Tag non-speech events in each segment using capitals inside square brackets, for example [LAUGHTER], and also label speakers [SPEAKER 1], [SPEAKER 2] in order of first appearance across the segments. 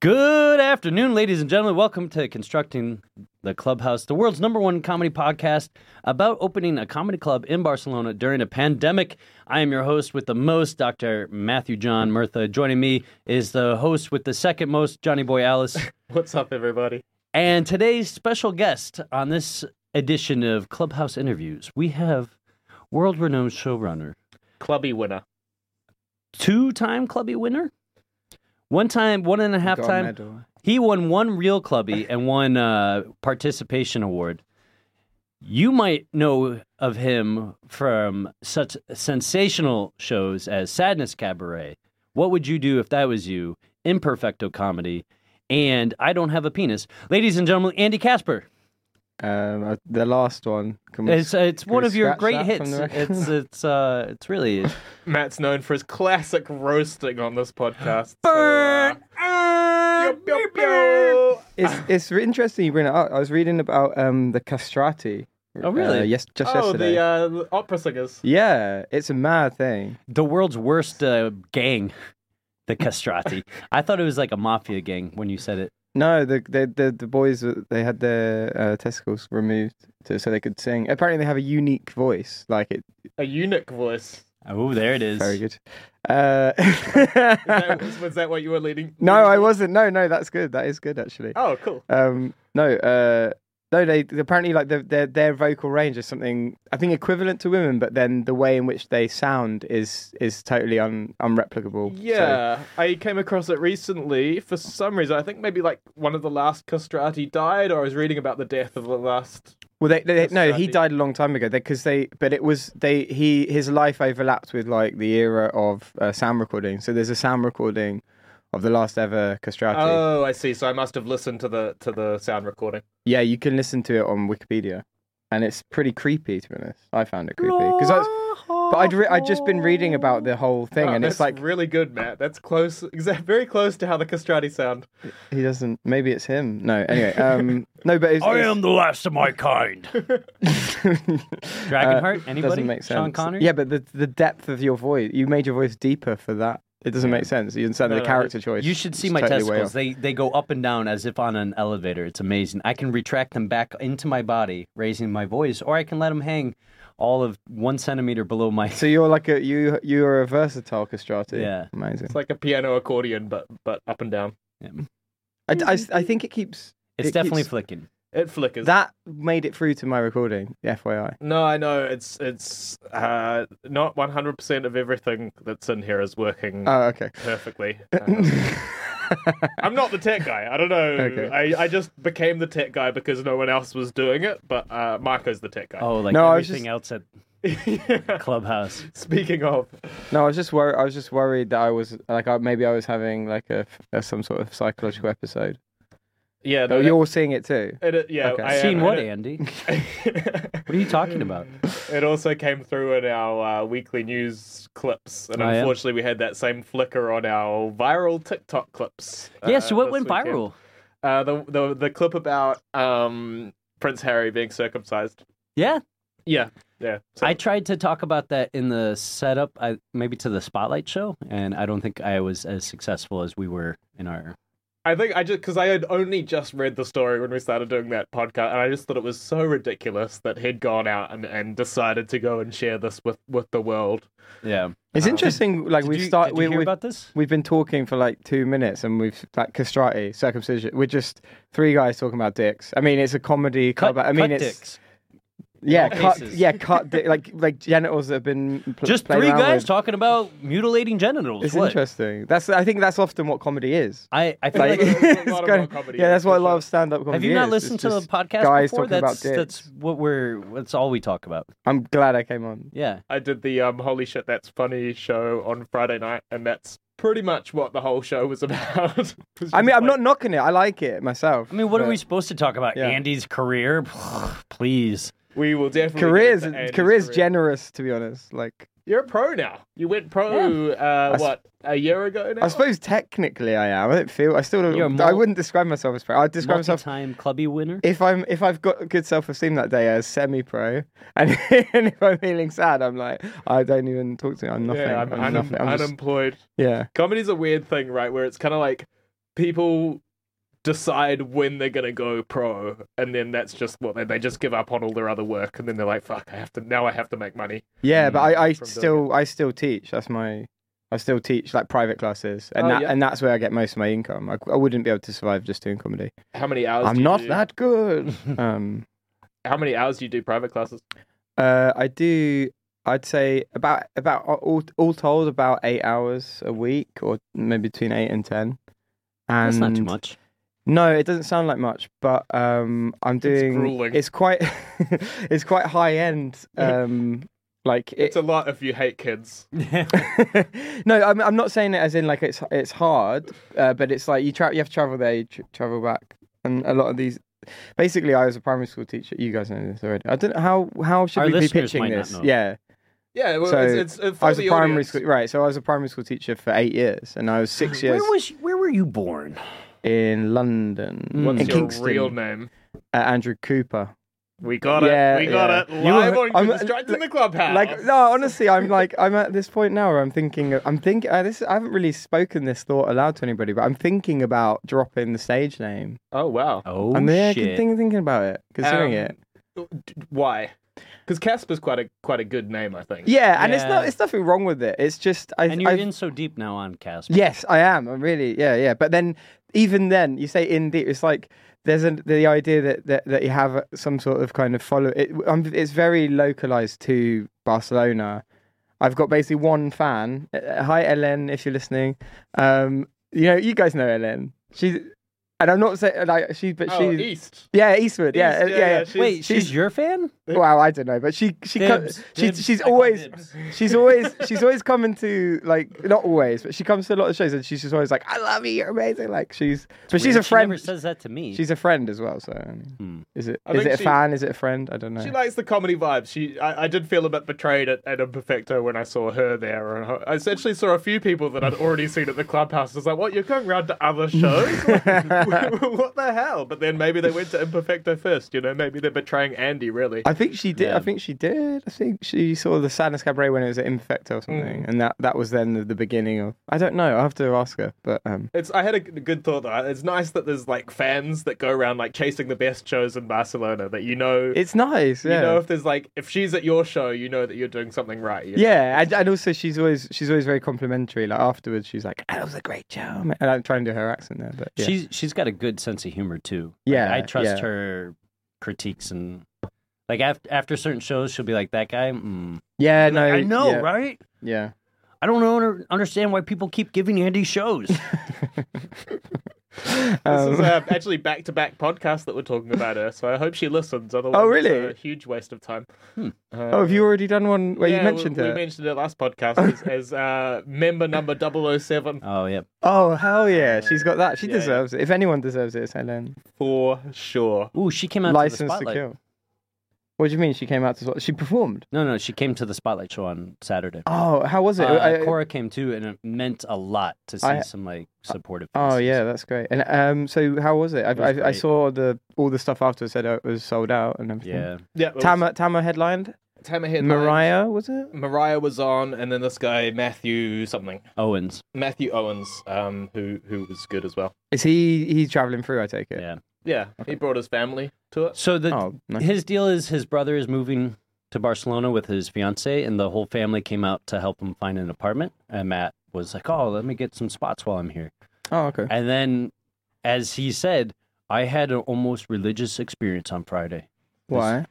[SPEAKER 1] Good afternoon, ladies and gentlemen. Welcome to Constructing the Clubhouse, the world's number one comedy podcast about opening a comedy club in Barcelona during a pandemic. I am your host with the most, Dr. Matthew John Murtha. Joining me is the host with the second most, Johnny Boy Alice.
[SPEAKER 2] What's up, everybody?
[SPEAKER 1] And today's special guest on this edition of Clubhouse Interviews, we have world renowned showrunner,
[SPEAKER 2] Clubby winner.
[SPEAKER 1] two time clubby winner, one time, one and a half
[SPEAKER 3] Gold
[SPEAKER 1] time.
[SPEAKER 3] medal.
[SPEAKER 1] He won one real clubby and one uh, participation award. You might know of him from such sensational shows as Sadness Cabaret. What would you do if that was you? Imperfecto comedy, and I don't have a penis. Ladies and gentlemen, Andy Casper.
[SPEAKER 3] Um, uh, the last one. Can we
[SPEAKER 1] It's
[SPEAKER 3] s-
[SPEAKER 1] it's
[SPEAKER 3] can
[SPEAKER 1] one
[SPEAKER 3] we
[SPEAKER 1] of your
[SPEAKER 3] scratch
[SPEAKER 1] great
[SPEAKER 3] that from
[SPEAKER 1] hits.
[SPEAKER 3] the record?
[SPEAKER 1] It's it's uh it's
[SPEAKER 3] [LAUGHS]
[SPEAKER 1] really
[SPEAKER 2] Matt's known for his classic roasting on this podcast.
[SPEAKER 1] burn.
[SPEAKER 2] So, uh, pew, pew, pew.
[SPEAKER 3] it's it's re- interesting you bring it up. I was reading about um the castrati.
[SPEAKER 1] Oh, really?
[SPEAKER 3] Uh, yes, just
[SPEAKER 2] Oh,
[SPEAKER 3] yesterday.
[SPEAKER 2] the uh, the opera singers.
[SPEAKER 3] Yeah, it's a mad thing.
[SPEAKER 1] the world's worst uh, gang, the castrati. I thought it was like a mafia gang when you said it.
[SPEAKER 3] No, the the the, the boys uh, they had their uh, testicles removed to, so they could sing. Apparently, they have a unique voice. Like it,
[SPEAKER 2] A eunuch voice.
[SPEAKER 1] Oh, there it is.
[SPEAKER 3] very good. Uh, [LAUGHS]
[SPEAKER 2] [LAUGHS] That was, was that what you were leading?
[SPEAKER 3] no,
[SPEAKER 2] leading
[SPEAKER 3] I
[SPEAKER 2] to?
[SPEAKER 3] wasn't. No, no, that's good. That is good actually.
[SPEAKER 2] Oh, cool.
[SPEAKER 3] Um, no, uh, no, they apparently like their, their their vocal range is something I think equivalent to women, but then the way in which they sound is is totally un unreplicable. So-
[SPEAKER 2] Yeah, I came across it recently for some reason. I think maybe like one of the last castrati died, or I was reading about the death of the last.
[SPEAKER 3] well, they, they, no, he
[SPEAKER 2] Castrati.
[SPEAKER 3] died a long time ago because they, but it was they he his life overlapped with like the era of uh, sound recording. So there's a sound recording of the last ever castrati.
[SPEAKER 2] Oh, I see. So I must have listened to the to the sound recording.
[SPEAKER 3] Yeah, you can listen to it on Wikipedia, and it's pretty creepy to be honest. I found it creepy because I was. But I'd re- I'd just been reading about the whole thing,
[SPEAKER 2] Oh,
[SPEAKER 3] and it's
[SPEAKER 2] that's
[SPEAKER 3] like
[SPEAKER 2] really good, Matt. That's close, [LAUGHS] exact, very close to how the castrati sound.
[SPEAKER 3] He doesn't. Maybe it's him. No. Anyway.
[SPEAKER 1] [LAUGHS]
[SPEAKER 3] Um. no. But it's, it's-
[SPEAKER 1] the last of my
[SPEAKER 3] [LAUGHS]
[SPEAKER 1] kind. Dragonheart? Anybody?
[SPEAKER 3] Uh, Doesn't make sense.
[SPEAKER 1] Sean Connery?
[SPEAKER 3] Yeah, but the the depth of your voice. You made your voice deeper for that. It doesn't make sense. You instead of
[SPEAKER 2] No,
[SPEAKER 3] the
[SPEAKER 2] no,
[SPEAKER 3] character choice.
[SPEAKER 1] You should see
[SPEAKER 3] it's
[SPEAKER 1] my
[SPEAKER 3] totally way
[SPEAKER 1] testicles.
[SPEAKER 3] off.
[SPEAKER 1] They they go up and down as if on an elevator. It's amazing. I can retract them back into my body, raising my voice, or I can let them hang all of one centimeter below my.
[SPEAKER 3] So you're like a you you are a versatile castrati.
[SPEAKER 1] Yeah.
[SPEAKER 3] Amazing.
[SPEAKER 2] It's like a piano accordion, but but up and down.
[SPEAKER 3] I, I, I think it keeps
[SPEAKER 1] It's
[SPEAKER 3] it
[SPEAKER 1] definitely
[SPEAKER 3] keeps-
[SPEAKER 1] flicking.
[SPEAKER 2] It flickers.
[SPEAKER 3] that made it through to my recording. FYI.
[SPEAKER 2] no, I know it's it's uh, not one hundred percent of everything that's in here is working
[SPEAKER 3] Oh, okay. [LAUGHS]
[SPEAKER 2] perfectly. Um, I'm not the tech guy. I don't know.
[SPEAKER 3] Okay.
[SPEAKER 2] I, I just became the tech guy because no one else was doing it, but uh, Marco's the tech guy.
[SPEAKER 1] Oh, like
[SPEAKER 3] No, I was
[SPEAKER 1] everything
[SPEAKER 3] just-
[SPEAKER 1] else at Clubhouse.
[SPEAKER 2] [LAUGHS] Speaking of,
[SPEAKER 3] No, I was just worried. I was just worried that I was like I, maybe I was having like a, a some sort of psychological episode.
[SPEAKER 2] yeah,
[SPEAKER 3] Oh,
[SPEAKER 2] no,
[SPEAKER 3] you're all seeing it too.
[SPEAKER 2] that- it, yeah,
[SPEAKER 3] Okay.
[SPEAKER 2] I am-
[SPEAKER 1] Seen what,
[SPEAKER 2] it-
[SPEAKER 1] Andy?
[SPEAKER 2] [LAUGHS]
[SPEAKER 3] [LAUGHS]
[SPEAKER 1] What are you talking [LAUGHS] about?
[SPEAKER 2] It also came through in our uh, weekly news clips, and
[SPEAKER 1] Oh, yeah?
[SPEAKER 2] unfortunately, we had that same flicker on our viral TikTok clips.
[SPEAKER 1] yeah, so
[SPEAKER 2] uh,
[SPEAKER 1] what
[SPEAKER 2] this
[SPEAKER 1] went
[SPEAKER 2] weekend.
[SPEAKER 1] viral?
[SPEAKER 2] Uh, the, the the clip about um, Prince Harry being circumcised.
[SPEAKER 1] Yeah,
[SPEAKER 2] Yeah, yeah. So,
[SPEAKER 1] I tried to talk about that in the setup, I, maybe to the spotlight show, and I don't think I was as successful as we were in our.
[SPEAKER 2] I think I just because I had only just read the story when we started doing that podcast, and I just thought it was so ridiculous that he'd gone out and, and decided to go and share this with, with the world.
[SPEAKER 1] Yeah,
[SPEAKER 3] It's
[SPEAKER 2] Um,
[SPEAKER 3] interesting. Like
[SPEAKER 1] did
[SPEAKER 3] we've
[SPEAKER 1] you,
[SPEAKER 3] started.
[SPEAKER 1] Did you
[SPEAKER 3] We,
[SPEAKER 1] hear
[SPEAKER 3] we've,
[SPEAKER 1] about this?
[SPEAKER 3] we've been talking for like two minutes, and we've like castrati, circumcision. We're just three guys talking about dicks. I mean, it's a comedy.
[SPEAKER 1] Cut,
[SPEAKER 3] club, I
[SPEAKER 1] cut
[SPEAKER 3] mean, it's
[SPEAKER 1] dicks.
[SPEAKER 3] yeah,
[SPEAKER 1] Cut
[SPEAKER 3] cut,
[SPEAKER 1] faces.
[SPEAKER 3] yeah, cut dick, like like genitals that have been pl-
[SPEAKER 1] Just
[SPEAKER 3] played
[SPEAKER 1] three
[SPEAKER 3] around
[SPEAKER 1] guys
[SPEAKER 3] with.
[SPEAKER 1] talking about mutilating genitals.
[SPEAKER 3] It's
[SPEAKER 1] what?
[SPEAKER 3] interesting. That's I think that's often what comedy is.
[SPEAKER 1] I, I feel
[SPEAKER 3] Like,
[SPEAKER 1] [LAUGHS] like.
[SPEAKER 3] [LAUGHS]
[SPEAKER 2] There's a lot
[SPEAKER 3] it's
[SPEAKER 2] of
[SPEAKER 3] kind
[SPEAKER 2] what comedy
[SPEAKER 3] yeah,
[SPEAKER 2] is,
[SPEAKER 3] that's what I
[SPEAKER 2] for sure.
[SPEAKER 3] love stand-up comedy.
[SPEAKER 1] Have you not
[SPEAKER 3] is.
[SPEAKER 1] listened
[SPEAKER 3] It's
[SPEAKER 1] to the
[SPEAKER 3] just
[SPEAKER 1] podcast
[SPEAKER 3] guys
[SPEAKER 1] before?
[SPEAKER 3] Talking
[SPEAKER 1] That's
[SPEAKER 3] about dicks.
[SPEAKER 1] that's what we're. That's all we talk about.
[SPEAKER 3] I'm glad I came on.
[SPEAKER 1] Yeah.
[SPEAKER 2] I did the um holy shit that's funny show on Friday night, and that's pretty much what the whole show was [LAUGHS] about. It was just
[SPEAKER 3] I mean, I'm
[SPEAKER 2] like-
[SPEAKER 3] not knocking it. I like it myself.
[SPEAKER 1] I mean, what are
[SPEAKER 3] but
[SPEAKER 1] we supposed to talk about?
[SPEAKER 3] yeah.
[SPEAKER 1] Andy's career, [SIGHS] please.
[SPEAKER 2] We will definitely
[SPEAKER 3] Careers,
[SPEAKER 2] get into Andy's
[SPEAKER 3] careers
[SPEAKER 2] career.
[SPEAKER 3] generous to be honest. Like
[SPEAKER 2] You're a pro now. You went pro. Uh,
[SPEAKER 3] s-
[SPEAKER 2] what a year ago now.
[SPEAKER 3] I suppose technically I am. I don't feel. I still.
[SPEAKER 1] You're a
[SPEAKER 3] Don't,
[SPEAKER 1] mul-
[SPEAKER 3] I wouldn't describe myself as pro. I'd describe myself
[SPEAKER 1] Multi-time clubby winner.
[SPEAKER 3] if I'm if I've got good self-esteem that day as semi-pro, [LAUGHS] and, and if I'm feeling sad, I'm like I don't even talk to you. I'm nothing.
[SPEAKER 2] Yeah, I'm,
[SPEAKER 3] I'm
[SPEAKER 2] unem-
[SPEAKER 3] nothing. I'm just,
[SPEAKER 2] unemployed.
[SPEAKER 3] yeah.
[SPEAKER 2] Comedy's a weird thing, right? Where it's kind of like people decide when they're gonna go pro, and then that's just what they, they just give up on all their other work, and then they're like, "Fuck, I have to now. I have to make money."
[SPEAKER 3] Yeah, but I, I
[SPEAKER 2] From doing
[SPEAKER 3] still I still teach. That's my I still teach like private classes, and
[SPEAKER 2] Oh,
[SPEAKER 3] that
[SPEAKER 2] yeah.
[SPEAKER 3] and that's where I get most of my income. I, I wouldn't be able to survive just doing comedy.
[SPEAKER 2] How many hours? do
[SPEAKER 3] I'm
[SPEAKER 2] you
[SPEAKER 3] not
[SPEAKER 2] do- [LAUGHS]
[SPEAKER 3] that good. um,
[SPEAKER 2] How many hours do you do private classes?
[SPEAKER 3] uh, I do. I'd say about about uh, all all told about eight hours a week, or maybe between eight and ten. And
[SPEAKER 1] That's not too much.
[SPEAKER 3] No, it doesn't sound like much, but um, I'm doing.
[SPEAKER 2] grueling.
[SPEAKER 3] It's quite. [LAUGHS] it's quite
[SPEAKER 1] [LAUGHS]
[SPEAKER 3] high end. Um, like it,
[SPEAKER 2] It's a lot if you hate kids.
[SPEAKER 3] [LAUGHS] no, I'm, I'm not saying it as in like it's it's hard, uh, but it's like you tra- you have to travel there, you tr- travel back, and a lot of these. Basically, I was a primary school teacher. You guys know this already. I don't know how how should
[SPEAKER 1] Our
[SPEAKER 3] we be
[SPEAKER 1] listeners
[SPEAKER 3] pitching
[SPEAKER 1] might not
[SPEAKER 3] this.
[SPEAKER 1] know.
[SPEAKER 3] Yeah,
[SPEAKER 2] Yeah, well,
[SPEAKER 3] So,
[SPEAKER 2] it's, it's, it's for
[SPEAKER 3] I was a
[SPEAKER 2] the
[SPEAKER 3] primary
[SPEAKER 2] audience.
[SPEAKER 3] school right. So I was a primary school teacher for eight years, and I was six
[SPEAKER 1] Where
[SPEAKER 3] years
[SPEAKER 1] was where were you born?
[SPEAKER 3] in London,
[SPEAKER 1] What's
[SPEAKER 3] in
[SPEAKER 2] What's your
[SPEAKER 3] Kingston.
[SPEAKER 2] real name?
[SPEAKER 3] uh, Andrew Cooper.
[SPEAKER 2] We got
[SPEAKER 3] Yeah,
[SPEAKER 2] it. We got
[SPEAKER 3] yeah.
[SPEAKER 2] it.
[SPEAKER 3] You
[SPEAKER 2] Live
[SPEAKER 3] were-
[SPEAKER 2] on
[SPEAKER 3] I'm-
[SPEAKER 2] Christmas Drive in the clubhouse.
[SPEAKER 3] Like no, honestly, I'm like I'm at this point now where I'm thinking. I'm thinking. Uh, this I haven't really spoken this thought aloud to anybody, but I'm thinking about dropping the stage name.
[SPEAKER 2] oh wow.
[SPEAKER 1] Oh
[SPEAKER 3] I'm there
[SPEAKER 1] shit!
[SPEAKER 3] thinking, thinking about it, considering
[SPEAKER 2] Um,
[SPEAKER 3] it.
[SPEAKER 2] D- Why? Because Casper's quite a quite a good name, I think.
[SPEAKER 3] Yeah, and it's
[SPEAKER 1] yeah.
[SPEAKER 3] not. It's nothing wrong with it. It's just I.
[SPEAKER 1] and you're
[SPEAKER 3] I-
[SPEAKER 1] in so deep now on Casper.
[SPEAKER 3] Yes, I am. I'm really. Yeah, yeah. But then, even then, you say in deep. It's like there's an, the idea that, that that you have some sort of kind of follow. It, um, it's very localized to Barcelona. I've got basically one fan. Uh, Hi, Ellen, if you're listening. Um, you know, you guys know Ellen. She's, and I'm not saying like she, but
[SPEAKER 2] Oh,
[SPEAKER 3] she.
[SPEAKER 2] East.
[SPEAKER 3] Yeah, Eastwood. yeah,
[SPEAKER 2] East,
[SPEAKER 3] uh, yeah, yeah.
[SPEAKER 2] she's-
[SPEAKER 1] Wait, she's,
[SPEAKER 3] she's-
[SPEAKER 1] your fan?
[SPEAKER 3] Wow, I don't know, but she she
[SPEAKER 1] Dibs,
[SPEAKER 3] comes,
[SPEAKER 1] dibs,
[SPEAKER 3] she's she's
[SPEAKER 1] I call
[SPEAKER 3] always
[SPEAKER 1] dibs.
[SPEAKER 3] she's always she's always coming to like not always, but she comes to a lot of shows and she's just always like, "I love you, you're amazing." Like she's but she's
[SPEAKER 1] Weird,
[SPEAKER 3] a friend.
[SPEAKER 1] She never says that to me.
[SPEAKER 3] she's a friend as well. So I mean,
[SPEAKER 1] Hmm.
[SPEAKER 3] is it
[SPEAKER 2] I
[SPEAKER 3] is
[SPEAKER 2] think
[SPEAKER 3] it a
[SPEAKER 2] she-
[SPEAKER 3] fan? Is it a friend? I don't know.
[SPEAKER 2] She likes the comedy vibes. She, I, I did feel a bit betrayed at, at Imperfecto when I saw her there. And her- I essentially saw a few people that I'd already seen at the clubhouse. I was like, "What? You're going round to other shows? what [LAUGHS] the hell?" But then maybe they went to Imperfecto first. You know, maybe they're betraying Andy. Really,
[SPEAKER 3] I think she did.
[SPEAKER 1] Yeah.
[SPEAKER 3] I think she did. I think she saw the Sadness Cabaret when it was at Infecto or
[SPEAKER 1] Mm.
[SPEAKER 3] something, and that that was then the, the beginning of. I don't know. I will have to ask her, but um,
[SPEAKER 2] It's. I had a g- good thought though. It's nice that there's like fans that go around like chasing the best shows in Barcelona. That you know,
[SPEAKER 3] it's nice. Yeah.
[SPEAKER 2] you know, if there's like if she's at your show, you know that you're doing something right. you know?
[SPEAKER 3] Yeah, and, and also she's always she's always very complimentary. Like afterwards, she's like, "That was a great show," man." and I'm trying to do her accent there, but yeah.
[SPEAKER 1] She's she's got a good sense of humor too. Like,
[SPEAKER 3] Yeah,
[SPEAKER 1] I trust
[SPEAKER 3] yeah.
[SPEAKER 1] her critiques and like after after certain shows, she'll be like that guy. Mm.
[SPEAKER 3] yeah, no,
[SPEAKER 1] I know,
[SPEAKER 3] yeah,
[SPEAKER 1] right? Uh,
[SPEAKER 3] Yeah,
[SPEAKER 1] I don't know, understand why people keep giving Andy
[SPEAKER 3] [LAUGHS]
[SPEAKER 1] shows.
[SPEAKER 2] This
[SPEAKER 3] Um,
[SPEAKER 2] is uh, [LAUGHS] actually back to back podcast that we're talking about her, so I hope she listens. Otherwise,
[SPEAKER 3] Oh, really?
[SPEAKER 2] It's a huge waste of time. Uh,
[SPEAKER 3] oh, have you already done one where
[SPEAKER 2] yeah,
[SPEAKER 3] you mentioned
[SPEAKER 2] we,
[SPEAKER 3] her?
[SPEAKER 2] We mentioned her last podcast
[SPEAKER 3] [LAUGHS]
[SPEAKER 2] as, as uh, member number 007
[SPEAKER 1] oh yeah,
[SPEAKER 3] oh hell
[SPEAKER 1] Uh,
[SPEAKER 3] yeah, she's got that. She
[SPEAKER 2] yeah, yeah.
[SPEAKER 3] deserves it. If anyone deserves it, it's Helen.
[SPEAKER 2] for sure.
[SPEAKER 1] ooh, she came out to the
[SPEAKER 3] License to
[SPEAKER 1] spotlight.
[SPEAKER 3] kill. What do you mean? She came out to sw- she performed.
[SPEAKER 1] No, no, she came to the spotlight show on Saturday.
[SPEAKER 3] Oh, how was it?
[SPEAKER 1] Uh,
[SPEAKER 3] I-
[SPEAKER 1] Cora came too, and it meant a lot to see
[SPEAKER 3] I-
[SPEAKER 1] some like supportive.
[SPEAKER 3] Oh
[SPEAKER 1] faces.
[SPEAKER 3] yeah, that's great. And um, so how was it? I,
[SPEAKER 1] was
[SPEAKER 3] I, I
[SPEAKER 1] great.
[SPEAKER 3] saw the all the stuff afterwards said uh, it was sold out and everything.
[SPEAKER 1] yeah.
[SPEAKER 2] Yeah, it was-
[SPEAKER 3] Tama Tama headlined.
[SPEAKER 2] Tama headlined.
[SPEAKER 3] Mariah was it?
[SPEAKER 2] Mariah was on, and then this guy Matthew something,
[SPEAKER 1] Owens.
[SPEAKER 2] Matthew Owens, um, who who was good as well.
[SPEAKER 3] Is he he's traveling through? I take it.
[SPEAKER 1] Yeah.
[SPEAKER 2] Yeah, he brought his family to it.
[SPEAKER 1] So the
[SPEAKER 3] Oh, nice.
[SPEAKER 1] his deal is his brother is moving to Barcelona with his fiance, and the whole family came out to help him find an apartment. And Matt was like, "Oh, let me get some spots while I'm
[SPEAKER 3] [LAUGHS]
[SPEAKER 1] here."
[SPEAKER 3] Oh, okay.
[SPEAKER 1] And then, as he said, I had an almost religious experience on Friday.
[SPEAKER 3] Why?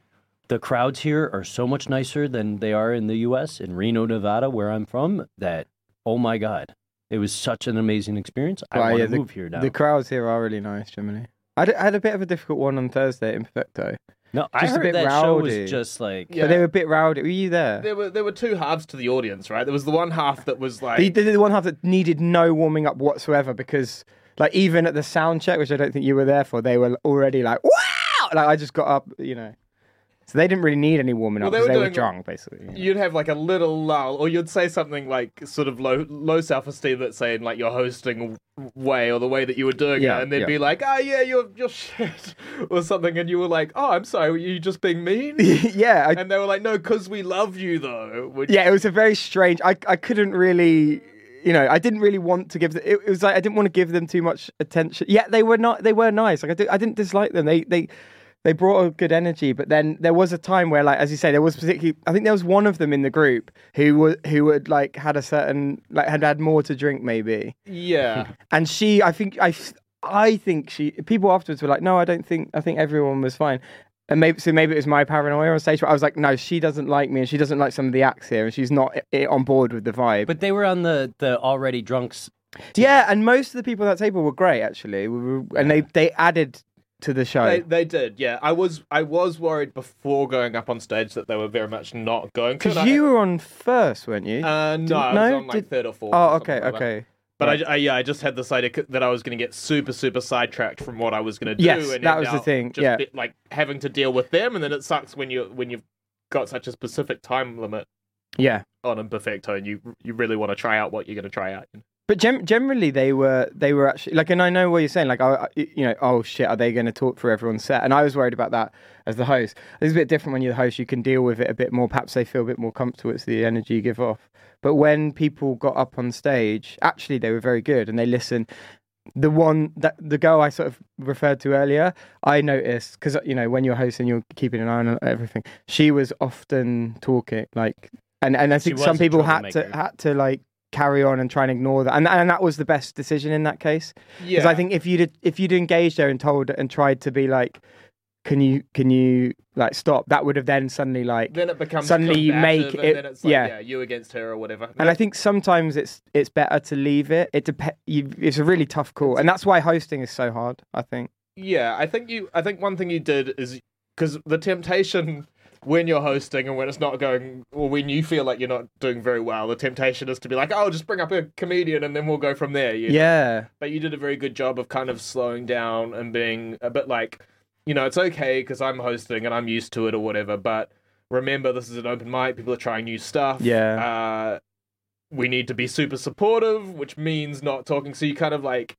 [SPEAKER 1] The crowds here are so much nicer than they are in the U.S. in Reno, Nevada, where I'm from. That oh my god, it was such an amazing experience. I
[SPEAKER 3] Why,
[SPEAKER 1] want
[SPEAKER 3] yeah,
[SPEAKER 1] to move here now.
[SPEAKER 3] The crowds here are really nice, Germany. I d- I had a bit of a difficult one on Thursday in Perfecto,
[SPEAKER 1] no, I
[SPEAKER 3] just a
[SPEAKER 1] heard
[SPEAKER 3] bit
[SPEAKER 1] that show
[SPEAKER 3] rowdy.
[SPEAKER 1] was just like
[SPEAKER 2] Yeah.
[SPEAKER 3] but they were a bit rowdy. Were you there?
[SPEAKER 2] There were there were two halves to the audience, right? There was the one half that was like
[SPEAKER 3] The, the, the one half that needed no warming up whatsoever because, like, even at the sound check, which I don't think you were there for, they were already like, "Wow!" Like, I just got up, you know. So they didn't really need any warming up
[SPEAKER 2] they
[SPEAKER 3] because
[SPEAKER 2] were
[SPEAKER 3] they were,
[SPEAKER 2] doing-
[SPEAKER 3] drunk, basically. yeah.
[SPEAKER 2] you'd have like a little lull, or you'd say something like sort of low low self esteem that's saying like your hosting w- way or the way that you were doing
[SPEAKER 3] Yeah,
[SPEAKER 2] it, and they'd
[SPEAKER 3] yeah.
[SPEAKER 2] be like, "Oh yeah, you're you're [LAUGHS] shit" or something, and you were like, "Oh, I'm sorry, were you just being
[SPEAKER 3] [LAUGHS]
[SPEAKER 2] mean?"
[SPEAKER 3] [LAUGHS] yeah, I,
[SPEAKER 2] and they were like, "No, because we love you though." Which,
[SPEAKER 3] yeah. It was a very strange. I I couldn't really you know, I didn't really want to give. The, it, it was like I didn't want to give them too much attention. Yet they were not. They were nice. Like I, did, I didn't dislike them. They they they brought a good energy. But then there was a time where, like as you say, there was particularly. I think there was one of them in the group who was who had like had a certain like had had more to drink maybe, [LAUGHS]
[SPEAKER 2] Yeah.
[SPEAKER 3] and she. I think I. I think she. People afterwards were like, "No, I don't think. I think everyone was fine." And maybe so. Maybe it was my paranoia on stage. But I was like, "No, she doesn't like me, and she doesn't like some of the acts here, and she's not i- on board with the vibe."
[SPEAKER 4] But they were on the the already drunks.
[SPEAKER 3] Yeah, and most of the people at that table were great actually, We were- and they they added to the show.
[SPEAKER 2] They, they did, yeah. I was I was worried before going up on stage that they were very much not going. to.
[SPEAKER 3] Because you were on first, weren't you?
[SPEAKER 2] Uh, no, I was
[SPEAKER 3] no?
[SPEAKER 2] on like
[SPEAKER 3] Did-
[SPEAKER 2] third or fourth.
[SPEAKER 3] oh,
[SPEAKER 2] or
[SPEAKER 3] okay,
[SPEAKER 2] something like that.
[SPEAKER 3] okay.
[SPEAKER 2] But I, I, yeah, I just had this idea c- that I was going to get super, super sidetracked from what I was going to do.
[SPEAKER 3] Yes,
[SPEAKER 2] and
[SPEAKER 3] that
[SPEAKER 2] end
[SPEAKER 3] was the
[SPEAKER 2] up
[SPEAKER 3] thing,
[SPEAKER 2] Just
[SPEAKER 3] yeah.
[SPEAKER 2] be- like having to deal with them, and then it sucks when you when you've got such a specific time limit
[SPEAKER 3] Yeah,
[SPEAKER 2] on imperfecto, and you you really want to try out what you're going to try out.
[SPEAKER 3] but gem- generally they were they were actually like, and I know what you're saying. Like, I, I- you know, oh shit, are they going to talk through everyone's set? And I was worried about that as the host. It's a bit different when you're the host; you can deal with it a bit more. Perhaps they feel a bit more comfortable. It's the energy you give off. But when people got up on stage, actually they were very good and they listened. the one that the girl I sort of referred to earlier, I noticed because you know when you're hosting, you're keeping an eye on everything. She was often talking, like, and and I
[SPEAKER 4] She
[SPEAKER 3] think
[SPEAKER 4] was
[SPEAKER 3] some
[SPEAKER 4] a
[SPEAKER 3] people had to
[SPEAKER 4] troublemaker.
[SPEAKER 3] had to like carry on and try and ignore that, and and that was the best decision in that case.
[SPEAKER 2] Yeah,
[SPEAKER 3] Because I think if you'd if you'd engaged her and told her and tried to be like, can you can you like stop? That would have then suddenly like
[SPEAKER 2] then it becomes
[SPEAKER 3] suddenly you
[SPEAKER 2] combative,
[SPEAKER 3] make
[SPEAKER 2] and
[SPEAKER 3] it-
[SPEAKER 2] then it's like,
[SPEAKER 3] yeah.
[SPEAKER 2] yeah, you against her or whatever.
[SPEAKER 3] And I think sometimes it's it's better to leave it. It dep- you, It's a really tough call, and that's why hosting is so hard. I think.
[SPEAKER 2] Yeah, I think you. I think one thing you did is because the temptation when you're hosting and when it's not going, or when you feel like you're not doing very well, the temptation is to be like, "Oh, just bring up a comedian and then we'll go from there." you know?
[SPEAKER 3] Yeah.
[SPEAKER 2] But you did a very good job of kind of slowing down and being a bit like, you know, it's okay because I'm hosting and I'm used to it or whatever. But remember, this is an open mic. People are trying new stuff.
[SPEAKER 3] Yeah.
[SPEAKER 2] Uh, we need to be super supportive, which means not talking. So you kind of like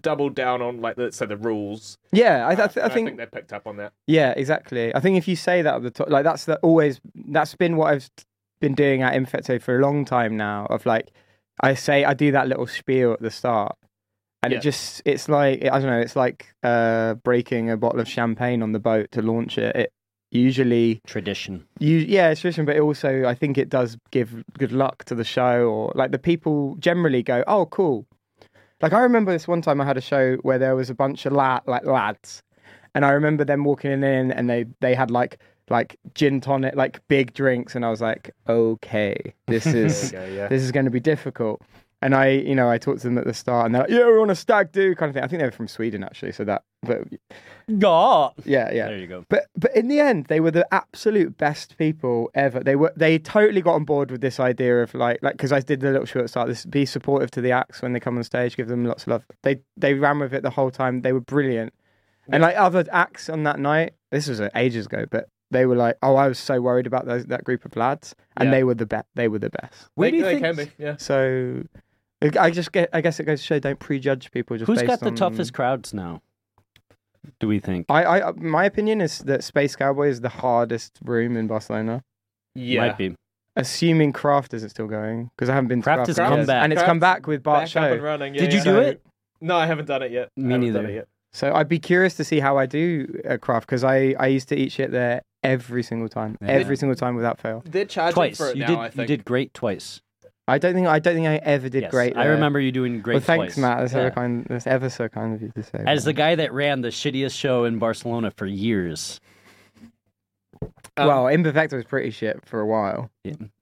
[SPEAKER 2] doubled down on like let's say the rules
[SPEAKER 3] Yeah, I, th- I, th-
[SPEAKER 2] and
[SPEAKER 3] I think.
[SPEAKER 2] they picked
[SPEAKER 1] [LAUGHS]
[SPEAKER 2] up on that.
[SPEAKER 3] Yeah, exactly. I think if you say that at the top, like that's the, always that's been what I've been doing at Infecto for a long time now. Of like, I say I do that little spiel at the start, and
[SPEAKER 2] Yeah.
[SPEAKER 3] it just it's like I don't know. It's like uh, breaking a bottle of champagne on the boat to launch it. It usually
[SPEAKER 1] Tradition.
[SPEAKER 3] you yeah it's tradition, but it also I think it does give good luck to the show or like the people generally go oh cool. Like I remember this one time I had a show where there was a bunch of la- like lads, and I remember them walking in and they they had like like gin tonic like big drinks, and I was like okay this is this is going to be difficult. And I, you know, I talked to them at the start, and they're like, "Yeah, we're on a stag do" kind of thing. I think they were from Sweden, actually. So that, but
[SPEAKER 1] God.
[SPEAKER 3] yeah, yeah.
[SPEAKER 1] There you go.
[SPEAKER 3] But but in the end, they were the absolute best people ever. They were they totally got on board with this idea of like like because I did the little short start. This be supportive to the acts when they come on stage, give them lots of love. They they ran with it the whole time. They were brilliant. And like other acts on that night, this was uh, ages ago, but they were like, oh, I was so worried about those, that group of lads, and
[SPEAKER 2] Yeah.
[SPEAKER 3] they were the best. They were the best.
[SPEAKER 1] Where do
[SPEAKER 2] they,
[SPEAKER 1] you
[SPEAKER 2] they
[SPEAKER 1] think,
[SPEAKER 2] can be. Yeah.
[SPEAKER 3] So. I just get. I guess it goes to show don't prejudge people. Just
[SPEAKER 1] Who's
[SPEAKER 3] based
[SPEAKER 1] got the
[SPEAKER 3] on-
[SPEAKER 1] toughest crowds now? Do we think?
[SPEAKER 3] I, I, my opinion is that Space Cowboy is the hardest room in Barcelona.
[SPEAKER 2] Yeah.
[SPEAKER 1] Might be.
[SPEAKER 3] assuming Craft isn't still going because I haven't been. to
[SPEAKER 1] Craft has
[SPEAKER 2] come
[SPEAKER 3] yet.
[SPEAKER 1] back.
[SPEAKER 3] and it's come back with Bart
[SPEAKER 2] Back
[SPEAKER 3] Show.
[SPEAKER 2] up and running. yeah,
[SPEAKER 1] Did you
[SPEAKER 2] yeah.
[SPEAKER 1] do
[SPEAKER 3] So-
[SPEAKER 1] it?
[SPEAKER 2] No, I haven't done it yet.
[SPEAKER 1] Me
[SPEAKER 2] I haven't done
[SPEAKER 1] neither.
[SPEAKER 2] it yet.
[SPEAKER 3] So I'd be curious to see how I do at Craft because I I used to eat shit there every single time,
[SPEAKER 1] Yeah.
[SPEAKER 3] every single time without fail.
[SPEAKER 2] They're charging
[SPEAKER 1] Twice.
[SPEAKER 2] for it
[SPEAKER 1] You
[SPEAKER 2] now.
[SPEAKER 1] did.
[SPEAKER 2] I
[SPEAKER 1] You
[SPEAKER 2] think.
[SPEAKER 1] did great twice.
[SPEAKER 3] I don't think I don't think I ever did
[SPEAKER 1] Yes,
[SPEAKER 3] great.
[SPEAKER 1] I
[SPEAKER 3] there.
[SPEAKER 1] remember you doing great.
[SPEAKER 3] Well, thanks,
[SPEAKER 1] twice.
[SPEAKER 3] Matt. That's
[SPEAKER 1] Yeah.
[SPEAKER 3] ever kind. That's ever so kind of you to say.
[SPEAKER 1] As the guy that ran the shittiest show in Barcelona for years.
[SPEAKER 2] Um,
[SPEAKER 3] well, Imperfecto was pretty shit for a while.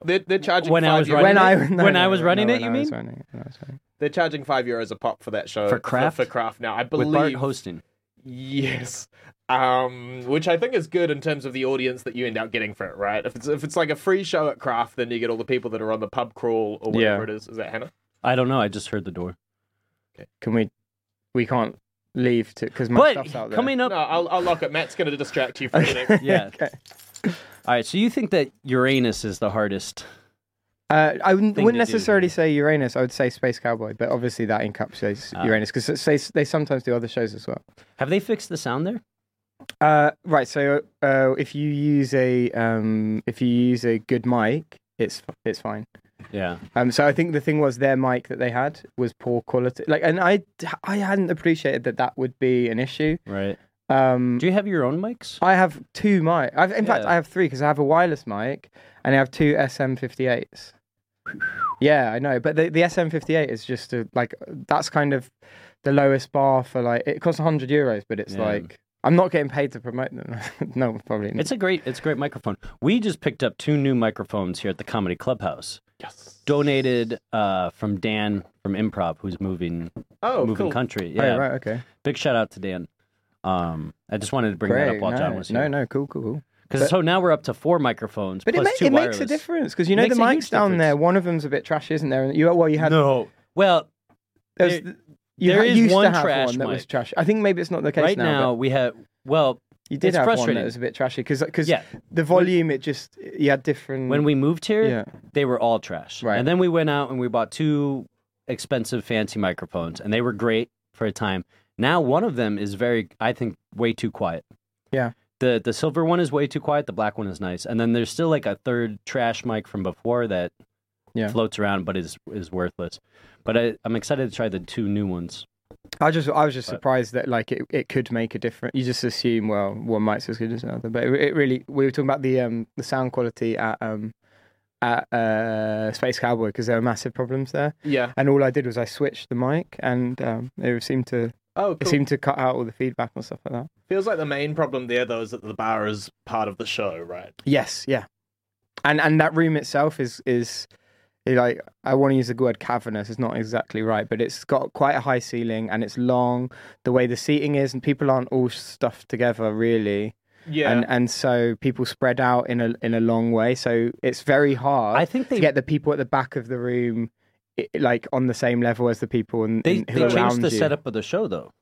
[SPEAKER 2] They're, they're charging
[SPEAKER 1] When I
[SPEAKER 2] five
[SPEAKER 1] was
[SPEAKER 2] euros.
[SPEAKER 1] running
[SPEAKER 3] When I [LAUGHS]
[SPEAKER 1] it?
[SPEAKER 3] no,
[SPEAKER 1] When
[SPEAKER 3] no,
[SPEAKER 1] I was
[SPEAKER 3] no,
[SPEAKER 1] running
[SPEAKER 3] no,
[SPEAKER 1] it,
[SPEAKER 3] when
[SPEAKER 1] you
[SPEAKER 3] I was
[SPEAKER 1] mean?
[SPEAKER 3] running it, when I was running it.
[SPEAKER 2] They're charging five euros a pop for that show.
[SPEAKER 1] For Kraft?
[SPEAKER 2] For, craft now, I
[SPEAKER 1] With Bart
[SPEAKER 2] believe.
[SPEAKER 1] hosting.
[SPEAKER 2] yes. Um, which I think is good in terms of the audience that you end up getting for it, right? If it's if it's like a free show at Craft, then you get all the people that are on the pub crawl or whatever
[SPEAKER 3] Yeah.
[SPEAKER 2] it is. Is that Hannah?
[SPEAKER 1] I don't know. I just heard the door.
[SPEAKER 3] Can we? We can't leave to because my stuff's out
[SPEAKER 1] But
[SPEAKER 3] there.
[SPEAKER 1] coming
[SPEAKER 2] No,
[SPEAKER 1] up.
[SPEAKER 2] I'll, I'll lock it. Matt's going to distract you for the
[SPEAKER 1] [LAUGHS]
[SPEAKER 2] next.
[SPEAKER 1] Yeah.
[SPEAKER 3] [LAUGHS] Okay.
[SPEAKER 1] All right. So you think that Uranus is the hardest?
[SPEAKER 3] Uh, I wouldn't,
[SPEAKER 1] thing
[SPEAKER 3] wouldn't
[SPEAKER 1] to do.
[SPEAKER 3] necessarily say Uranus. I would say Space Cowboy, but obviously that encapsulates
[SPEAKER 1] Ah.
[SPEAKER 3] Uranus because they, they sometimes do other shows as well.
[SPEAKER 1] Have they fixed the sound there?
[SPEAKER 3] Uh, right. So uh, if you use a um, if you use a good mic, it's f- it's fine.
[SPEAKER 1] Yeah.
[SPEAKER 3] Um, so I think the thing was their mic that they had was poor quality. Like, and I, I hadn't appreciated that that would be an issue.
[SPEAKER 1] Right.
[SPEAKER 3] Um,
[SPEAKER 1] Do you have your own mics?
[SPEAKER 3] I have two mic. I've, in fact,
[SPEAKER 1] Yeah.
[SPEAKER 3] I have three because I have a wireless mic and I have two SM58s. yeah, I know, but the, the SM58 is just a, like that's kind of the lowest bar for like it costs 100 euros, but it's
[SPEAKER 1] Yeah.
[SPEAKER 3] like I'm not getting paid to promote them. [LAUGHS] no, probably not.
[SPEAKER 1] It's a great it's a great microphone. We just picked up two new microphones here at the Comedy Clubhouse.
[SPEAKER 2] Yes.
[SPEAKER 1] Donated uh, from Dan from Improv, who's moving
[SPEAKER 2] Oh,
[SPEAKER 1] moving
[SPEAKER 2] cool.
[SPEAKER 1] country.
[SPEAKER 3] Oh,
[SPEAKER 1] Yeah.
[SPEAKER 3] right, okay,
[SPEAKER 1] Big shout out to Dan. Um, I just wanted to bring that
[SPEAKER 3] great.
[SPEAKER 1] up while
[SPEAKER 3] no,
[SPEAKER 1] John was here.
[SPEAKER 3] no, no, cool, cool, cool.
[SPEAKER 1] 'Cause
[SPEAKER 3] but-
[SPEAKER 1] so now we're up to four microphones.
[SPEAKER 3] But it,
[SPEAKER 1] plus
[SPEAKER 3] ma-
[SPEAKER 1] two
[SPEAKER 3] it
[SPEAKER 1] wireless.
[SPEAKER 3] makes a difference because you know the
[SPEAKER 1] Makes a huge
[SPEAKER 3] mics down there.
[SPEAKER 1] difference.
[SPEAKER 3] One of them's a bit trash, isn't there? And you, well, you had
[SPEAKER 1] No. Well,
[SPEAKER 3] there was,
[SPEAKER 1] there-
[SPEAKER 3] th- you
[SPEAKER 1] there
[SPEAKER 3] ha-
[SPEAKER 1] is
[SPEAKER 3] used to
[SPEAKER 1] one
[SPEAKER 3] have
[SPEAKER 1] trash
[SPEAKER 3] one that was
[SPEAKER 1] mic.
[SPEAKER 3] trash. I think maybe it's not the case
[SPEAKER 1] right
[SPEAKER 3] now. but-
[SPEAKER 1] now we have well,
[SPEAKER 3] You did
[SPEAKER 1] It's
[SPEAKER 3] have one that
[SPEAKER 1] frustrating.
[SPEAKER 3] was a bit trashy because because
[SPEAKER 1] Yeah.
[SPEAKER 3] the volume it just you had different
[SPEAKER 1] when we moved here,
[SPEAKER 3] yeah
[SPEAKER 1] they were all trash.
[SPEAKER 3] Right.
[SPEAKER 1] And then we went out and we bought two expensive fancy microphones and they were great for a time. Now one of them is very I think way too quiet.
[SPEAKER 3] Yeah.
[SPEAKER 1] The the silver one is way too quiet, the black one is nice. And then there's still like a third trash mic from before that
[SPEAKER 3] Yeah.
[SPEAKER 1] floats around but is is worthless. But I, I'm excited to try the two new ones.
[SPEAKER 3] I just I was just surprised that like it, it could make a difference. You just assume well one mic's as good as another, but it, it really we were talking about the um the sound quality at um at uh Space Cowboy because there were massive problems there,
[SPEAKER 2] Yeah.
[SPEAKER 3] and all I did was I switched the mic and um it seemed to
[SPEAKER 2] Oh,
[SPEAKER 3] it
[SPEAKER 2] cool.
[SPEAKER 3] seemed to cut out all the feedback and stuff like that.
[SPEAKER 2] Feels like the main problem there, though, is that the bar is part of the show, right?
[SPEAKER 3] Yes, yeah, and and that room itself is is eh, like I want to use the word cavernous. It's not exactly right, but it's got quite a high ceiling and it's long. The way the seating is, and people aren't all stuffed together really,
[SPEAKER 2] Yeah.
[SPEAKER 3] and and so people spread out in a in a long way. So it's very hard
[SPEAKER 1] I think
[SPEAKER 3] to
[SPEAKER 1] they
[SPEAKER 3] get the people at the back of the room. i- Like on the same level as the people and
[SPEAKER 1] They,
[SPEAKER 3] and who
[SPEAKER 1] they
[SPEAKER 3] are
[SPEAKER 1] changed
[SPEAKER 3] around
[SPEAKER 1] the
[SPEAKER 3] you.
[SPEAKER 1] setup of the show though.